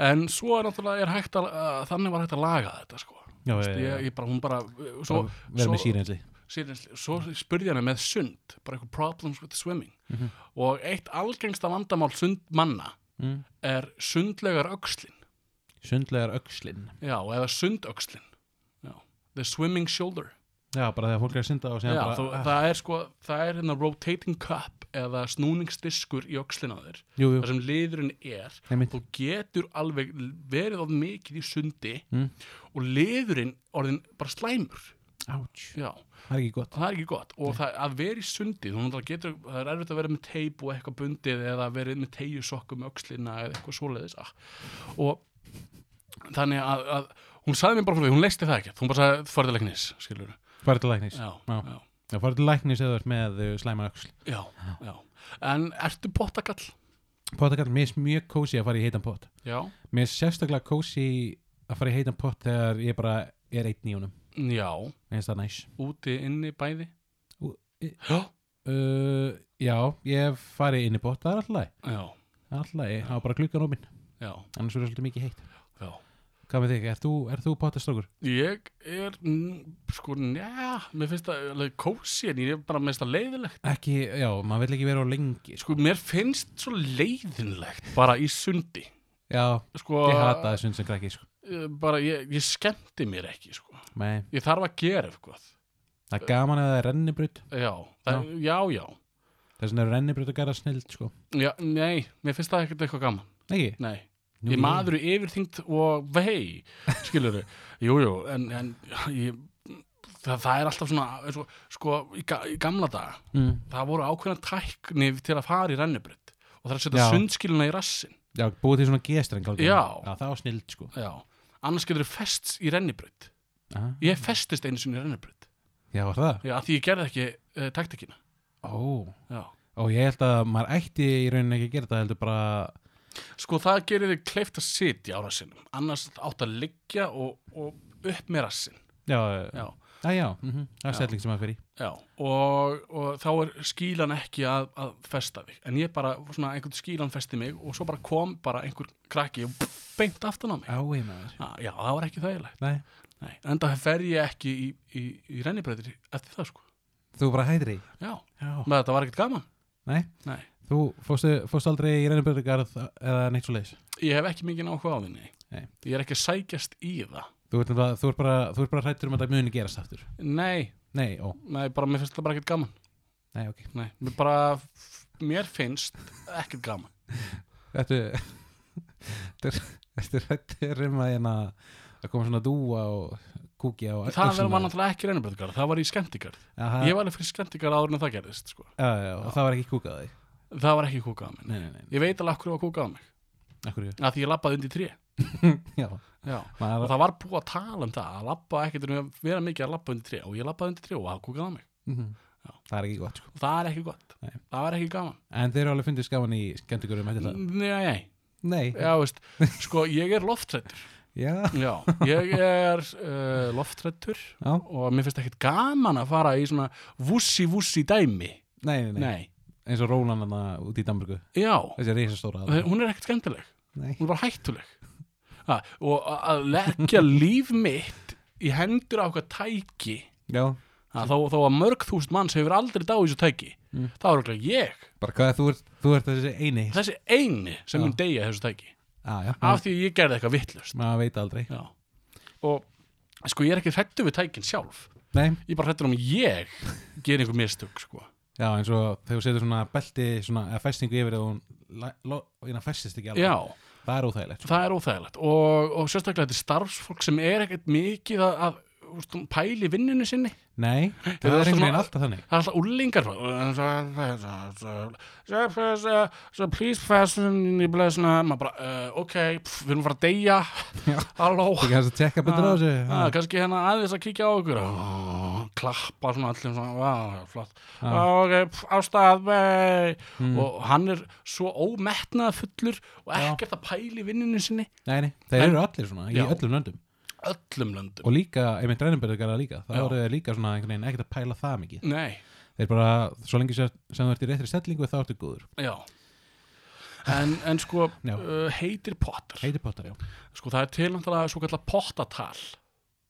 en svo er náttúrulega er hægt að, að þannig var hægt að laga þetta sko
Já,
Vist, ég, ég bara, hún bara svo,
Verður með
svo-
sírensli
síðan, svo spurði ég hana með sund bara eitthvað problems with swimming
Mhm.
og eitt algengsta vandamál sundmanna
mm.
er sundlegar öxlin
Sundlegar öxlin
já, eða sundöxlin já. the swimming shoulder
Já, bara þegar fólk er að synda og
já,
segja bara
þú,
ah,
það er sko, það er hérna rotating cup eða snúningsdiskur í öxlin á þér
Jú, jú,
þar sem liðurinn er
nei mitt
þú getur alveg verið of mikið í sundi
Mm.
og liðurinn orðin bara slæmur
Áts
já
Það er ekki gott
og það er ekki gott og það, að vera í sundi þú náttúrulega getur, það er erfitt að vera með teip og eitthvað bundið eða verið með um tegjusokkum öxlina eða eitthvað svoleiðis ah. og þannig að, að hún sagði mér bara frá því, hún leisti það ekki hún bara sagði, þú farið til læknis, skilur
farið til læknis
já,
Já.
já,
Já, farið til læknis eða þú ert með uh, slæma öxl
já, já en ertu pottakall?
Pottakall, mér er mjög kósi að fara í heitan pott
Já,
Mér er sérstaklega kósi að fara í heitan pott þegar ég bara er einn í honum
já,
Mér finnst það næs
úti, inni, bæði
Ú- í-
já,
uh, Já, ég hef farið inn í pott, það er alltaf lagi.
já,
Það er alltaf, lagi. það var bara gluggan opinn
já,
Annars verður svolítið mikið heitt
já
Hvað með þig, er þú, er þú pottastrókur?
Ég er, mm, sko, njá, mér finnst það alveg kósi en ég er bara mest að leiðilegt.
Ekki, já, maður vill ekki vera á lengi sko.
Sko, mér finnst svo leiðinlegt bara í sundi.
Já,
Sko,
ég hata það sund sem krakki sko.
eh, Bara, ég, ég skemmti mér ekki, sko.
Nei,
Ég þarf að gera eitthvað.
það er gaman að það er rennibrut
Já, það, já, já.
Þess vegna er rennibrut að gera snild sko.
Já, nei, mér finnst það ekkert eitthvað gaman.
Ekki?
Nei,
Nú,
ég er maður í yfirþyngd og vei, skilur þau. Jú, jú, en, en ég, það, það er alltaf svona, eins og, sko, í, ga, í gamla daga.
mm.
það voru ákveðna tækni til að fara í rennubrið og það er að setja
Já.
sundskiluna í rassin
Já, búið til svona gestreng á
Já.
Já, það var snild sko.
já. annars getur þau fest í rennubrið
Aha.
ég festist einu sinni í rennubrið
Já, var það?
já, af því ég gerði ekki uh, taktikina
Ó,
já.
og ég held að maður ætti í rauninni ekki að gera það heldur bara
sko það gerir þau kleift að sitja á rassinum annars átt að liggja og, og upp með rassin
Já,
já,
að, já mm það er
Já.
stelling sem maður fyrir í
já. Og, og þá er skílan ekki að, að festa þig en ég bara, svona einhvern skílan festi mig og svo bara kom bara einhver krakki og beint aftan á mig
Ái maður
Ah, já, það var ekki þægilegt
Nei,
Nei, enda fer ég ekki í, í, í rennibreytir eftir það sko.
þú bara hæðir í
Já,
Já
með þetta var ekkert gaman.
Nei,
Nei,
þú fórstu, fórstu aldrei í rennibrutgarð eða neitt svo leiðis
ég hef ekki mikið áhuga á því, nei.
Nei.
Ég er ekki að sækjast í það.
Þú ert nefnilega- þú ert bara, þú ert bara hrættur um að það muni gerast aftur
Nei,
Nei, ó,
nei, bara mér finnst þetta bara ekkert gaman.
nei, ok
Nei, mér bara, mér finnst ekkert gaman.
Þetta Þetta er hrættur um að hérna að koma svona dúa og kúkja og
það verður var náttúrulega ekki rennibreytirgarð, það var í skemmtigarð.
Aha,
Ég var alveg fyrir skemmtigarð áður en það gerðist, sko.
já, já, og það var ekki kúkað á þig
Það var ekki kúkað á mig.
Nei, nei, nei,
Ég veit alveg akkur var kúkað á mig.
akkur ég
Að því ég labbaði undir tré.
Já,
Já. Og
maður
það var búið að tala um það, að labba ekkert um að vera mikið að labba undir tré. Og ég labbaði undir tré og það kúkað á mig.
Mhm.
Já.
Það er ekki gott sko
og það er ekki gott
Nei.
það er ekki gaman
En þeir eru alveg fundið skafan í skemmtikurum eftir það
nei, nei,
Nei,
já, veist sko, ég er loftrættur
já,
já, ég er uh, loftrættur
já.
og mér finnst ekkert gaman að fara í svona vussi vussi dæmi
Nei, nei, nei,
nei,
eins og Rólan hana út í Danburgu
já
Þessi reisastóra aðra.
hún er ekkert skemmtileg,
Nei,
hún er bara hættuleg ha, og a- að leggja líf mitt í hendur á okkar tæki
já,
ha, þó, þó að mörg þúsund manns hefur aldrei dáið þessu tæki
Mm.
það var okkur ég,
bara hvað þú ert, þú ert þessi eini
þessi eini sem
Já.
mun deyja þessu tæki,
ah, Já,
af því að ég gerði eitthvað vittlust
maður veit aldrei
Já. Og sko, ég er ekki hrættu við tækin sjálf.
Nei,
Ég er bara hrættur um að ég ger einhver mistök, sko.
já, eins og þegar þú setur svona belti, svona, eða festingu yfir og hún, la- lo- og hérna festist ekki alveg
Já,
Það er óþægilegt, sko.
það er óþægilegt. Og, og sérstaklega þetta er starfsfólk sem er ekkert mikið að, að úst, pæli vinninu sinni.
Nei,
Þau
það er
eru
einhvern veginn
svona-
alltaf þannig
Það er alltaf úlingar. So please fasten í blesna. Maður bara, uh, ok, pff, við erum bara að deyja.
Já.
Halló.
Þú kannast að tekka betur á
Ah,
þessu
Ah,
Já,
kannski hérna aðeins að kíkja á okkur ah, klappa svona allir svona, ah, flott,
Já.
ah. ok, pff, á stað vei.
mm.
og hann er svo ómetnað fullur og
Já.
ekkert að pæli vinninu sinni
Nei, nei, þeir
En-
eru allir svona, í
Já.
öllum löndum
öllum löndum
Og líka, einmitt reynumberðu gara líka Það
Já.
voru þeir líka svona einhvern veginn ekkert að pæla það mikið
nei,
Þeir bara, svo lengi sem sem þú ert í réttri stellingu þá ertu góður
já en, en sko
Já.
uh, heitir pottar
Heiti pottar, já
sko það er til náttúrulega svo kallar pottatal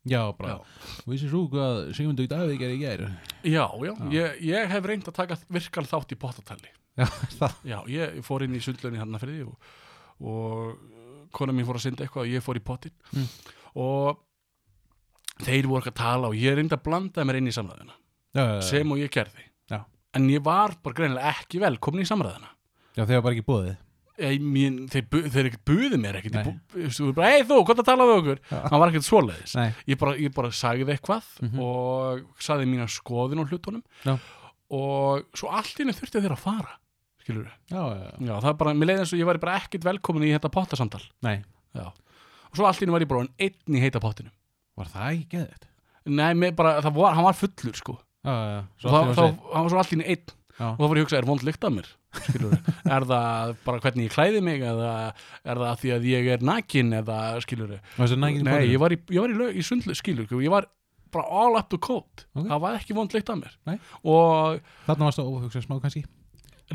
Já, bara,
Já.
vissir svo hvað Sigmundur Davík er í gæri
já, já, Ég, ég hef reynd að taka virkan þátt í pottatali
Já, það
já, ég fór inn í sundlunni hann fyrir því og, og uh, konan mín fór að synda eitthvað og ég fór í pottin
Mm.
og þeir voru ekki að tala og ég reyndi að blanda mér inn í samræðina
Já, já, já.
sem og ég gerði
Já.
en ég var bara greinilega ekki velkomin í samræðina
já þeir var bara ekki búið
Ég, mín, þeir, bu, þeir ekkert buðu mér ekkert Ég
Nei.
bú- þú veist, þú er bara, hei þú, hvað það talaðu okkur
Já.
hann var ekkert svoleiðis
Nei,
ég bara, ég bara sagði eitthvað
Mhm.
og sagði mína skoðin á hlutunum
Já.
og svo allt í henni þurfti þeir að fara skilur
já, já, já.
já, það er bara, mér leiði eins og ég væri bara ekkert velkomin í þetta pottasamtal
nei
já. og svo allt í henni var ég bara orðinn einn í heita pottinum
Var það ekki geðið?
Nei, mig bara, það var, hann var fullur sko
Já, já, já.
Svo
Svo
það,
allir
þá,
var
hann var svo allt í henni einn og
sér.
þá fór ég að hugsa, er vond lykt af mér? Skilur, er það bara hvernig ég klæði mig eða er það því að ég er nakin eða skilur
Var þessi næginn
Nei, ég var í, ég var í, lög, í sundlu, skilur ég var bara all up to code
Ok.
það var ekki vond lykt af mér
Nei.
og
Þarna varst það óhugsað smá kannski.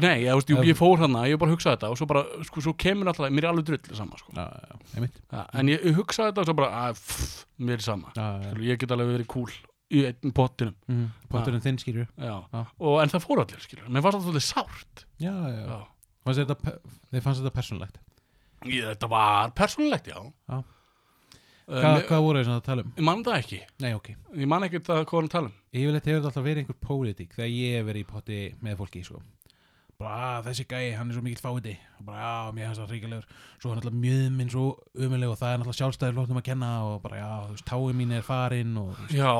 Nei, ég, veist, ég,
Ef-
ég fór hana, ég bara hugsaði þetta og svo bara, sko, svo kemur alltaf, mér er alveg drull sama, sko.
Já, já, já, einmitt.
ja, en ég, ég hugsaði þetta og svo bara, að, pff, mér er sama
Já, já, já.
ég get alveg verið cool í einn pottinum
Mhm. Potturinn þinn skýrur.
já.
Já.
Og, en það fór allir, skilur, mér fannst alltaf sárt
Já, já, já.
já.
Fannst þetta pe- Þið fannst þetta persónlegt.
Ég, þetta var persónulegt, já,
Já. Hvað,
Um,
hvað voru þið svona að tala um?
Ég man það ekki,
Nei, ok.
ég man ekki það hvað hann tala um
Yfirleitt hefur þetta alltaf verið einhver pólitík þegar ég hef verið í potti með fólki, sko. Bara, "Ah, þessi gæi, hann er svo mikill fáti. Og Bara, já, mér finnst það ríkilegur. Svo er hann alltaf mjög minn svo umjöðleg og það er alltaf sjálfstæður flottum að kenna og bara, já, þú veist, táið mín er farinn og...
Já,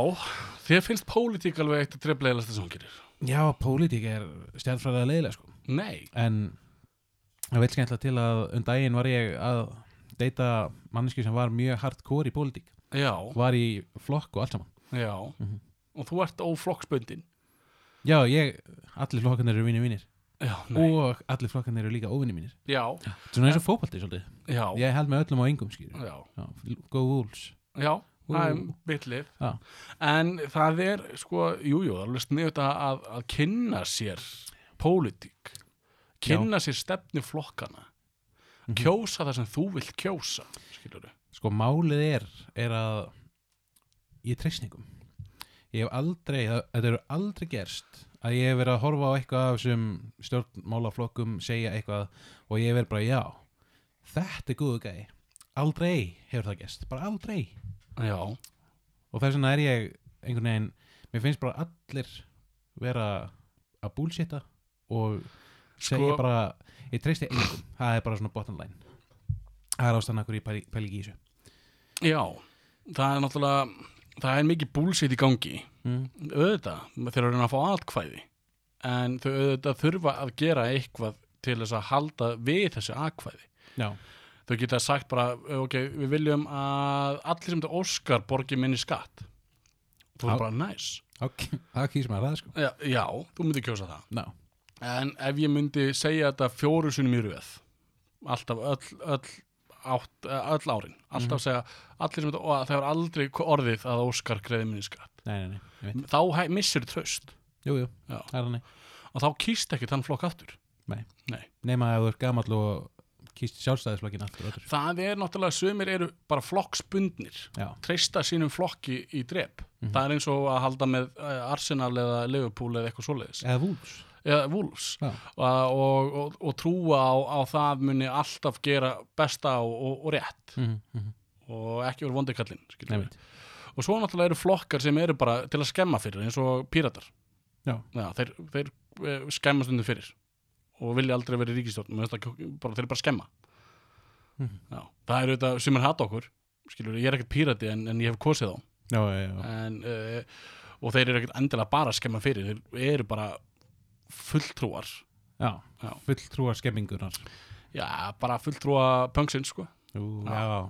þér finnst pólitík alveg eitt að trefleilast þess að hún gerir
Já, pólitík er stjárnfræðilega leiðilega, sko.
Nei,
en það vil skemmtilega til að um daginn var ég að deyta manneski sem var mjög hardcore í pólitík
já,
var í flokk og allt saman
já
Mhm.
Og þú ert óflokksbundin
já, ég, allir flokkarnir eru vinir mínir
Já, nei,
og allir flokkarnir eru líka óvinir mínir
já,
svona eins og fótbolti svolítið
já,
ég held með öllum á engum skýr
já
go Wolves
Já, það er
Ú.
bitlið
Já.
En það er, sko, jújú, jú, alveg sniðut að, að, að kynna sér pólitík, kynna sér stefni flokkana,
Mhm.
kjósa það sem þú vilt kjósa, skilur du?
sko málið er er að ég treyst neikum ég hef aldrei, það- þetta eru aldrei gerst að ég hef verið að horfa á eitthvað af þessum stjórnmálaflokkum segja eitthvað og ég hef verið bara já þetta er góðu gæi aldrei hefur það gerst, bara aldrei
Já,
og þess vegna er ég einhvern veginn, mér finnst bara allir vera að búlsita og segja
Sko-
bara ég treysti engum, það er bara svona bottom line það er ástæðan akkur ég pæli pæli ekki í þessu
já, það er náttúrulega, það er mikið búlsitt í gangi,
mm.
auðvitað, þeir eru að reyna að fá atkvæði, en þau auðvitað þurfa að gera eitthvað til þess að halda við þessi atkvæði.
já,
þau geta sagt bara "Eh, ok, við viljum að allir sem þetta óskar borgi minni skatt þú
Já.
er bara næs
ok, það kýr maður það sko
já, já, þú myndir kjósa það
Ná,
en ef ég myndi segja þetta fjóru sunum í röð alltaf öll, öll, átt, eh, öll árin alltaf segja allir sem þetta og það er aldrei orðið að óskar greiði minni skatt
nei, nei, nei, ég veit
þá hæ- missir þú tröst
Jú, jú,
Já.
það er þannig
og þá kýst ekki þann flokk aftur
Nefna að þú ert gamall og kýst sjálfstæðisflokkin aftur öllur
það er náttúrulega sumir eru bara flokksbundnir
Já,
treysta sínum flokki í drep
Mhm.
það er eins og að halda með eh, Arsenal eða Liverpool eða eitthvað svoleiðis
eða vúls
eða Wolves
Já.
og, og, og, og trúa á, á það muni alltaf gera besta og, og, og rétt
mm -hmm.
og ekki verið vondikallinn
Nei, veit
og svo náttúrulega eru flokkar sem eru bara til að skemma fyrir eins og píratar
Já.
þeir, þeir eh, skemma stundum fyrir og vilja aldrei verið ríkistjórn mér finnst það bara, þeir eru bara að skemma
Mhm.
Já. það eru þetta sem er hata okkur skilur, ég er ekkert pírati en, en ég hef kosið þá
Já, já, já,
en, uh, og þeir eru ekkert endilega bara að skemma fyrir, þeir eru bara fulltrúar
já.
Já.
fulltrúar skemmingunar
já, bara fulltrúa pöngsins sko.
Jú,
Já.
já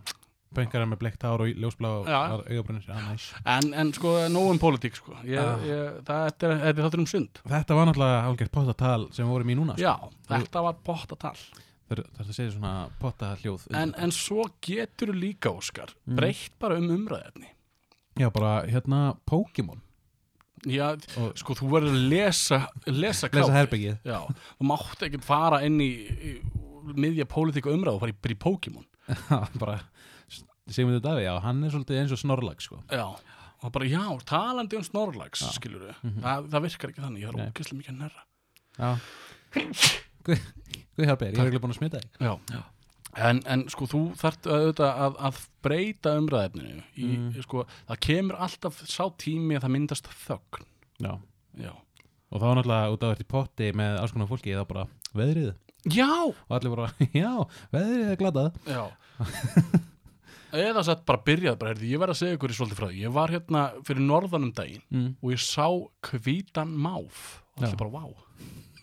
Pöngar með bleikt hár og ljósblá
Já.
og augabrunir, já, næs
en, en sko, nóg um pólitík sko. ég,
Ah.
ég, það, þetta, er, þetta er þáttur um sund
Þetta var náttúrulega hálfgert pottatal sem við vorum í núna sko.
já, þetta var pottatal
Það er það segir svona pottahljóð
en, en svo getur líka Óskar
Mm.
breytt bara um umræðefni
Já, bara hérna Pokémon
já,
og
sko, þú verður að lesa lesa,
lesa
kláðið.
herbyggið
já, þú mátt ekkert fara inn í, í miðja pólitík og umræðu og fara í, bara í Pokémon
bara Sigmundur Davíð, já, hann er svolítið eins og snorlag sko.
Já, og bara já, talandi um snorlags,
Já.
skilur við
Mhm.
það, það virkar ekki þannig, ég
Nei.
þarf ógæslega mikið að nærra
Já Guð, Guð hjálpi þér, ég er ekki búin að smita þig
Já, En, en sko, þú þarft auðvitað að, að breyta umræðefninu í,
Mm.
sko, það kemur alltaf sá tími að það myndast þögn
Já
Já,
Og þá náttúrulega út af þetta í potti með alls konar fólki þá bara veðrið
já,
og allir bara, já, veðrið er glatað
já. Eða sett bara byrjað bara, heyrðu, ég verð að segja ykkur í svolítið frá því Ég var hérna fyrir norðanum daginn
mm.
og ég sá hvítan máf og það
Já.
er bara, vá,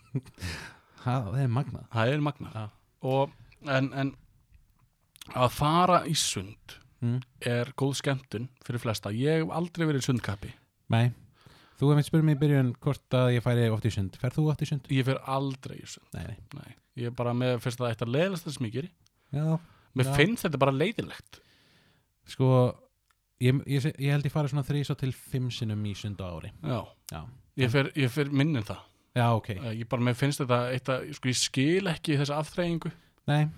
ha, Það er magnað
það er magnað
Já.
og, en, en að fara í sund
Mm.
er góð skemmtun fyrir flesta ég hef aldrei verið sundkappi
Nei, þú hefði spurði mig í byrjun hvort að ég færi oft í sund Ferð þú oft í sund?
ég fer aldrei í sund
Nei, nei
Nei. ég er bara með fyrst að þetta leðast þess mikið
Já,
mér
Já.
finnst þetta bara leiðilegt
sko Ég, ég, ég held ég fara svona þrís og til fimm sinnum í sund á ári
já,
Já,
ég fer, ég fer minni en það
já ok,
ég bara, mér finnst þetta eitt að, sko, ég skil ekki þessa afþreyingu
nei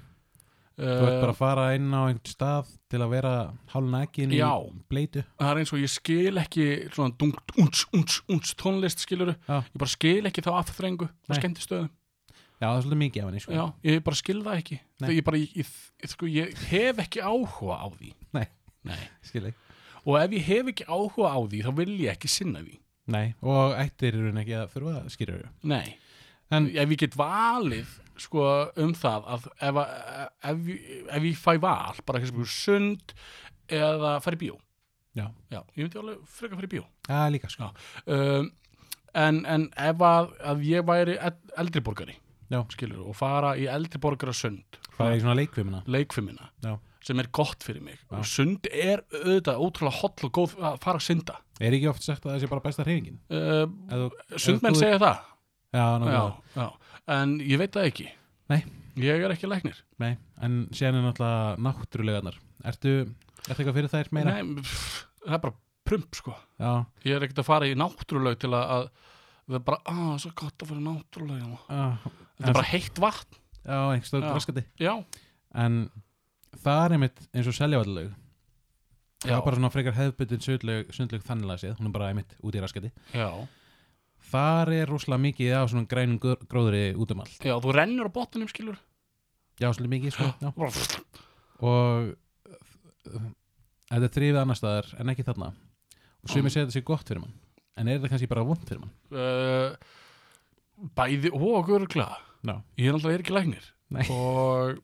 Þú ert bara
uh,
að fara inn á einhvern stað til að vera hálnakin í
Já.
bleitu
það er eins og ég skil ekki svona dungt, uns, uns, uns tónlist skiluru,
Já.
ég bara skil ekki þá afþreyingu og
Nei.
skemmtistöðum
Já, það er svolítið mikið af henni sko.
já, ég bara skil það ekki
Nei.
Þegar ég bara, ég, ég, ég, sko, ég hef ekki áhuga á því
Nei.
Nei.
Skil ég.
og ef ég hef ekki áhuga á því þá vil ég ekki sinna því
Nei, og ættir eru ekki að þurfa að skýra þau
Nei,
En-
en ef ég get valið sko um það að ef, að- ef, ég- ef ég fæ val bara kannski bara sund eða fara í bíó
Já,
Já, ég myndi alveg frekar fara í bíó
já líka sko
Já. um, en, en ef að, að ég væri eld- eldri borgari
Já.
skilur, og fara í eldri borgara sund
Fara í svona leikvimina
leikfimina
Já.
sem er gott fyrir mig
Já.
og sund er auðvitað ótrúlega holl og góð að fara að synda
Er ekki oft sagt að það sé bara besta hreyfingin?
uh,
Eð,
sundmenn segja það
Já, ná,
já, já. en ég veit það ekki
Nei.
ég er ekki læknir
Nei, en séðan er náttúrulega náttúruleganar. Ertu, ertu eitthvað fyrir þær meira?
Nei, pff, það er bara prump sko
Já,
ég er ekkert að fara í náttúruleg til að, að það er bara, að það er svo gott að fara í náttúruleg
á,
þetta er bara heitt vatn
Ah. já, einhvers stóð
Já.
raskandi.
já,
En það er einmitt eins og seljavallög. Það
já,
er bara svona frekar hefðbundin sundlög, sundlög þannig að séð. Hún er bara einmitt út í raskandi.
já.
Þar er rosalega mikið af svona grænum gr- gróðri út um allt.
já þú rennur á botnunum skilur
Já, svolítið mikið, sko. Já.
bara,
Og uh, þetta er þrifið annar staðar en ekki þarna. Og
Mm.
sumir segja þetta sé gott fyrir mann. En er þetta kannski bara vond fyrir mann?
uh, bæði og örgla
Já.
ég er alltaf er ekki læknir
Nei.
og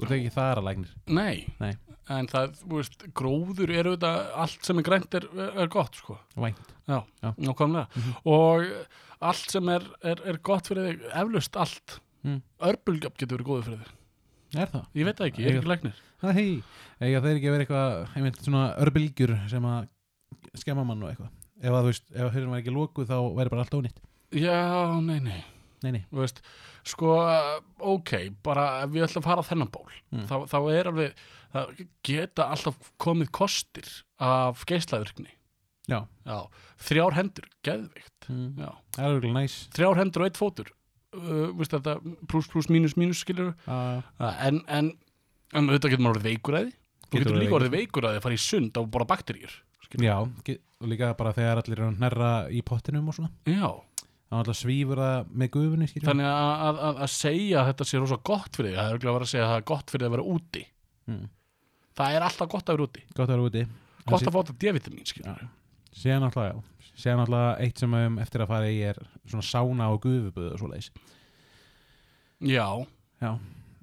Þú ert ekki þar að læknir.
nei,
Nei.
en það, þú veist, gróður eru þetta allt sem er grænt er, er gott sko
Vænt.
Já,
Já. Mhm.
nákvæmlega og allt sem er, er, er gott fyrir þig, eflaust allt
Mm.
mm. getur verið góður fyrir þig
Er það?
ég veit það ekki, ég er ekki læknir
Hei, eiga þeir ekki að vera eitthvað einmitt svona örbylgjur sem að skemma mann og eitthvað ef að þú veist, ef að hurðin væri ekki lókuð þá væri bara allt ónýtt
já, nei, nei,
Nei, nei,
þú veist sko, ok, bara ef ég ætla að fara á þennan ból,
Mm.
þá, þá er alveg það geta alltaf komið kostir af geislaðurkni
Já.
já, þrjár hendur, geðvikt
mm.
já.
það er örgulega næs
þrjár hendur og eitt fótur uh, veist þetta, pluss, pluss, mínus, mínus skilur
að
en, en, en auðvitað getur maður orðið veikur að því Þú
Getur
getur
orðið
líka orðið veikur að þið fara í sund á bara bakteríur.
Já, ge- og líka bara þegar allir eru að hnerra í pottinum og svona
Já,
þá alltaf svífur það með gufunni skýrjum
þannig að, að, að, að segja að þetta sé rosa gott fyrir þig, það er örugglega að vera að segja að það er gott fyrir þig að vera úti.
mm.
Það er alltaf gott að vera úti.
Gott að vera úti
Gott að fá þetta D-vitamin, skilur.
Já. Sér náttúrulega, já Sér náttúrulega eitt sem um eftir að fara í er svona sána og gufubuð og svoleiðis
Já,
Já,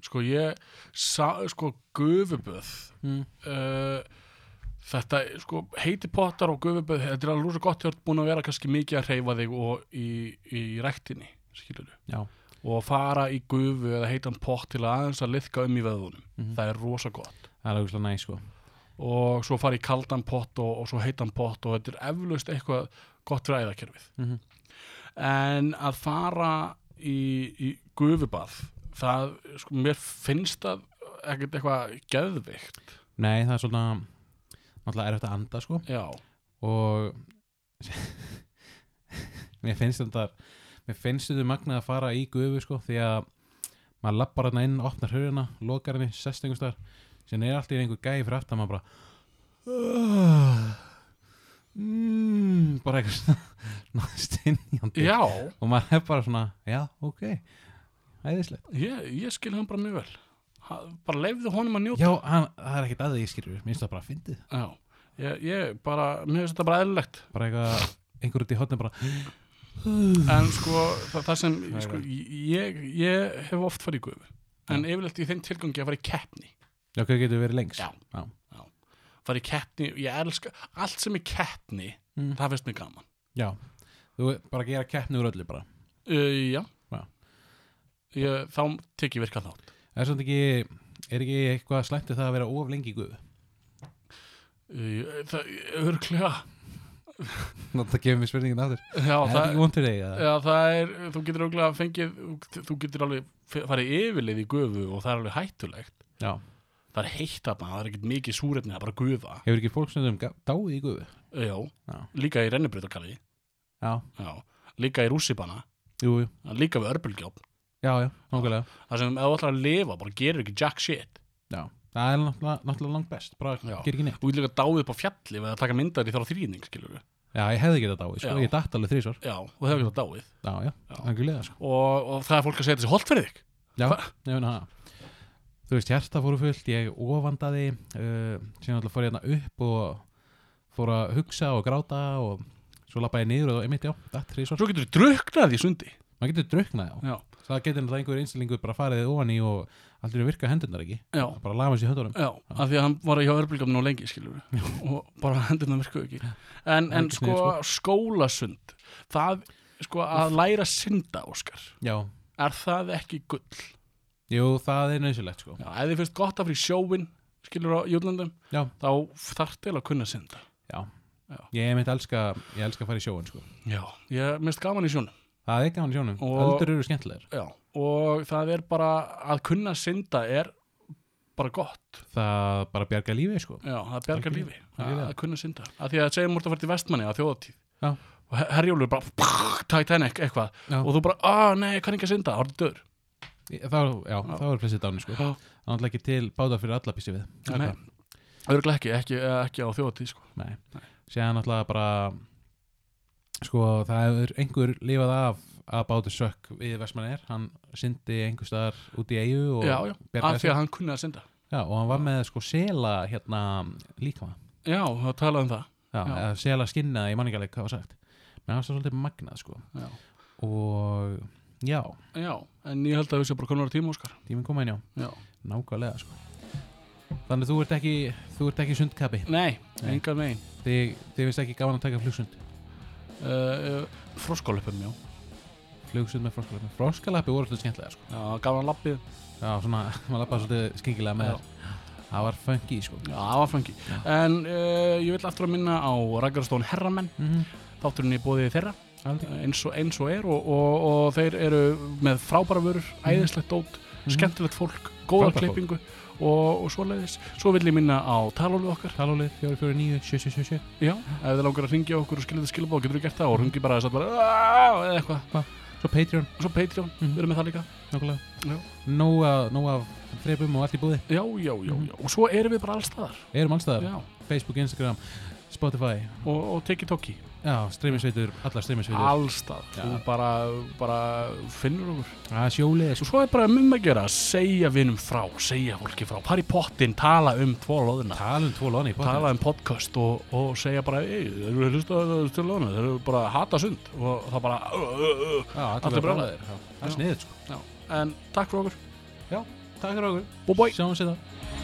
sko ég, sa, sko gufuböð,
mm.
uh, þetta, sko heitipottar og gufuböð, þetta er alveg rosa gott þegar þú ert búin að vera kannski mikið að hreyfa þig og í, í rektinni, skilur.
já,
Og fara í gufu eða heitan pott til að aðeins að liðka um í veðunum.
Mhm.
Það er rosa gott.
það er auðvitað næs sko
og svo fara í kaldan pott og, og svo heitan pott og þetta er eflaust eitthvað gott fyrir æðakerfið
Mhm.
en að fara í, í gufubað það, sko, mér finnst það ekkert eitthvað geðvikt
Nei, það er svona náttúrulega erfitt að anda sko
já,
og mér finnst þetta mér finnst þetta magnað að fara í gufu sko því að maður lappar hérna inn opnar hurðina, lokar henni, sest einhvers staðar sem er alltaf einhver gæði fyrir aftan maður bara mm, bara eitthvað svona náðist inn í handi
já
og maður er bara svona, já, ok æðislegt
ég, ég skil hann bara mjög vel ha, bara leifðu honum að njóta
já, hann, það er ekkert að því ég skilur minnst það bara að fyndið
já. Ég, ég bara, mér finnst þetta bara eðlilegt
bara eitthvað, einhver út í hotni bara "Ah."
en sko, það, það sem
Nei,
sko, ég, ég hef oft farið í gufu en yfirleitt í þeim tilgangi að fara í keppni
já, hvað getur verið lengst
Já.
já.
fara í keppni, ég elska allt sem er keppni,
Mm.
það finnst mér gaman
Já, þú bara gera keppni úr öllu bara
uh, já
Já.
ég, þá tek ég virka þátt
Það er svolítið ekki er ekki eitthvað slæmt við það að vera of lengi í guðu
Í- Eh, Það, örglega
Ná, það gefur mér spurningin aftur Er
Já,
það
það,
ekki vondur þig? eða?
já, það er, þú getur örglega fengið, þú getur alveg fe- farið yfirleið í gufu og það er alveg hættulegt
Já,
Það er heitt að það er ekkert mikið súrefni, það er bara gufa Eh,
hefur ekki fólk sem dáið í guðu?
Já,
Já.
líka í rennibrautarkalli
Já,
Já, líka í rússipanna
jú, jú,
Líka við örbulgjófn
já, já, nákvæmlega
Það sem ef þú ætlar að lifa, bara gerir ekki jack shit
Já, það er náttúrulega, náttúrulega langt best bara
Já.
ger ekki neitt
Þú getur líka dáið upp á fjalli við að taka myndar í þar á þrýning, skilur við
Já, ég hefði getað dáið, sko,
Já.
ég datt alveg þrísvar
Já, og það er ekki dáið
Já, já,
Já.
angulega, sko
og, og það er fólk að segja þessi holt fyrir þig
Já,
Hva-
ég finna það Þú veist, hjarta fóru fullt, ég ofandaði uh, síðan alltaf fór ég hérna upp og fór að hugsa og gráta og svo lappa ég niður og einmitt, já, datt þrísvar
Svo getur þú druknað í sundi
Maður getur druknað, já
Já,
Það getur náttúrulega einhver einstillingu bara farið ofan í og allir virka hendunar ekki
já,
bara lafa sér höndunum
já, af því að hann var hjá örbulgjófn og lengi, skilur við og bara hendurna virkuðu ekki En, en
Ekki
sko, skólasund það, sko, að læra synda, Óskar
Já,
er það ekki gull
jú, það er nöðsilegt sko
Já, ef þið finnst gott að fyrir sjóin skilur á Júlandum,
Já.
þá þarf til að kunna synda
Já,
Já.
ég einmitt elska, ég elska að fara í sjóin sko
Já, ég minnst gaman í sjónum
Það er gaman í sjónum,
Og-
öldur eru skemmtilegar
Já, og það er bara að kunna synda er bara gott
Það bara bjarga lífi sko
Já, það bergar
Algjörlega,
lífi að,
algjörlega.
að kunna synda að því að segjum úr að fara til vestmanni að þjóðatíð
Já.
og Her- herjólfur bara Titanic eitthvað
Já.
og þú bara, að nei, ég kann ekki að synda, orðið dör
Ég- Það, já,
Já.
það var flestir dáni sko
Já.
Það er náttúrulega ekki til báta fyrir alla písi við
Nei.
Eða hvað?
Örglega ekki, ekki, ekki á þjóðatíð sko.
Nei. Séðan náttúrulega bara Sko, það hefur einhver lifað af að báta sökk við Vestmanneir Hann syndi einhver staðar út í eigu og
Já, já,
bjargaði
af því
sér
að hann kunna að synda
Já, og hann var með sko sela hérna líkama
Já, þá talaði um það
Já,
Já.
eða sela skinnaði, ég man ekki alveg hvað var sagt Mér hafði það svolítið magnað sko
Já,
Og já,
já en ég held að við séum bara konar á tíma, Óskar
tíminn koma inn já
Já.
Nákvæmlega sko Þannig þú ert ekki, þú ert ekki sundkappi
Nei,
Nei.
engan veginn
Þið, þið finnst ekki gaman að taka flugsund
uh, Froskólöpum, já
Flugsund með froskalappi Froskalappi voru svolítið skemmtilega sko
Já, gaman lappið
Já, svona, maður lappaði svolítið skengilega með
Já.
þér Það var funky sko
Já, það var fengi En uh, ég vil aftur að minna á Ragnarstón Herramenn
mm
Þátturinn í bóðið þeirra
-hmm.
eins og, eins og er og, og, og þeir eru með frábæra vörur, æðislegt dót skemmtilegt Mhm. fólk, góða
Frábært fólk.
klippingu og, og svoleiðis. Svo vil ég minna á talólu okkar,
Talólið 449 777
já, ef þið langar að ringja okkur og skilja þið skilabóð, getur við gert það og rungi bara þess að bara "Aah!" eða eitthvað,
Svo Patreon
svo Patreon,
Mhm.
við erum með það líka
Nákvæmlega
Já.
Nóg af- nóg af þrepum og allt í búði
já, já, já, já, og svo erum við bara allstaðar
Erum allstaðar
já,
Facebook, Instagram, Spotify
og, og teki-toki
Já, streymisveitur, allar streymisveitur
allstaðar,
Já.
þú bara, bara finnur okkur
ah, Sjólið
Svo, svo er bara um að gera, segja vinum frá, segja fólki frá, pari pottin, tala um tvo loðina
Talum tvo lóni
tala um podcast og, og segja bara "Ey, þeir eru hlustað til lónu, þeir eru bara að hata sund og það bara uh, uh, uh.
Já, um allir
Allir
bara
brjálaðir.
brálaðir Það er sniðið sko
en takk fyrir okkur,
Takk fyrir okkur
bú búi
Sjáum sér það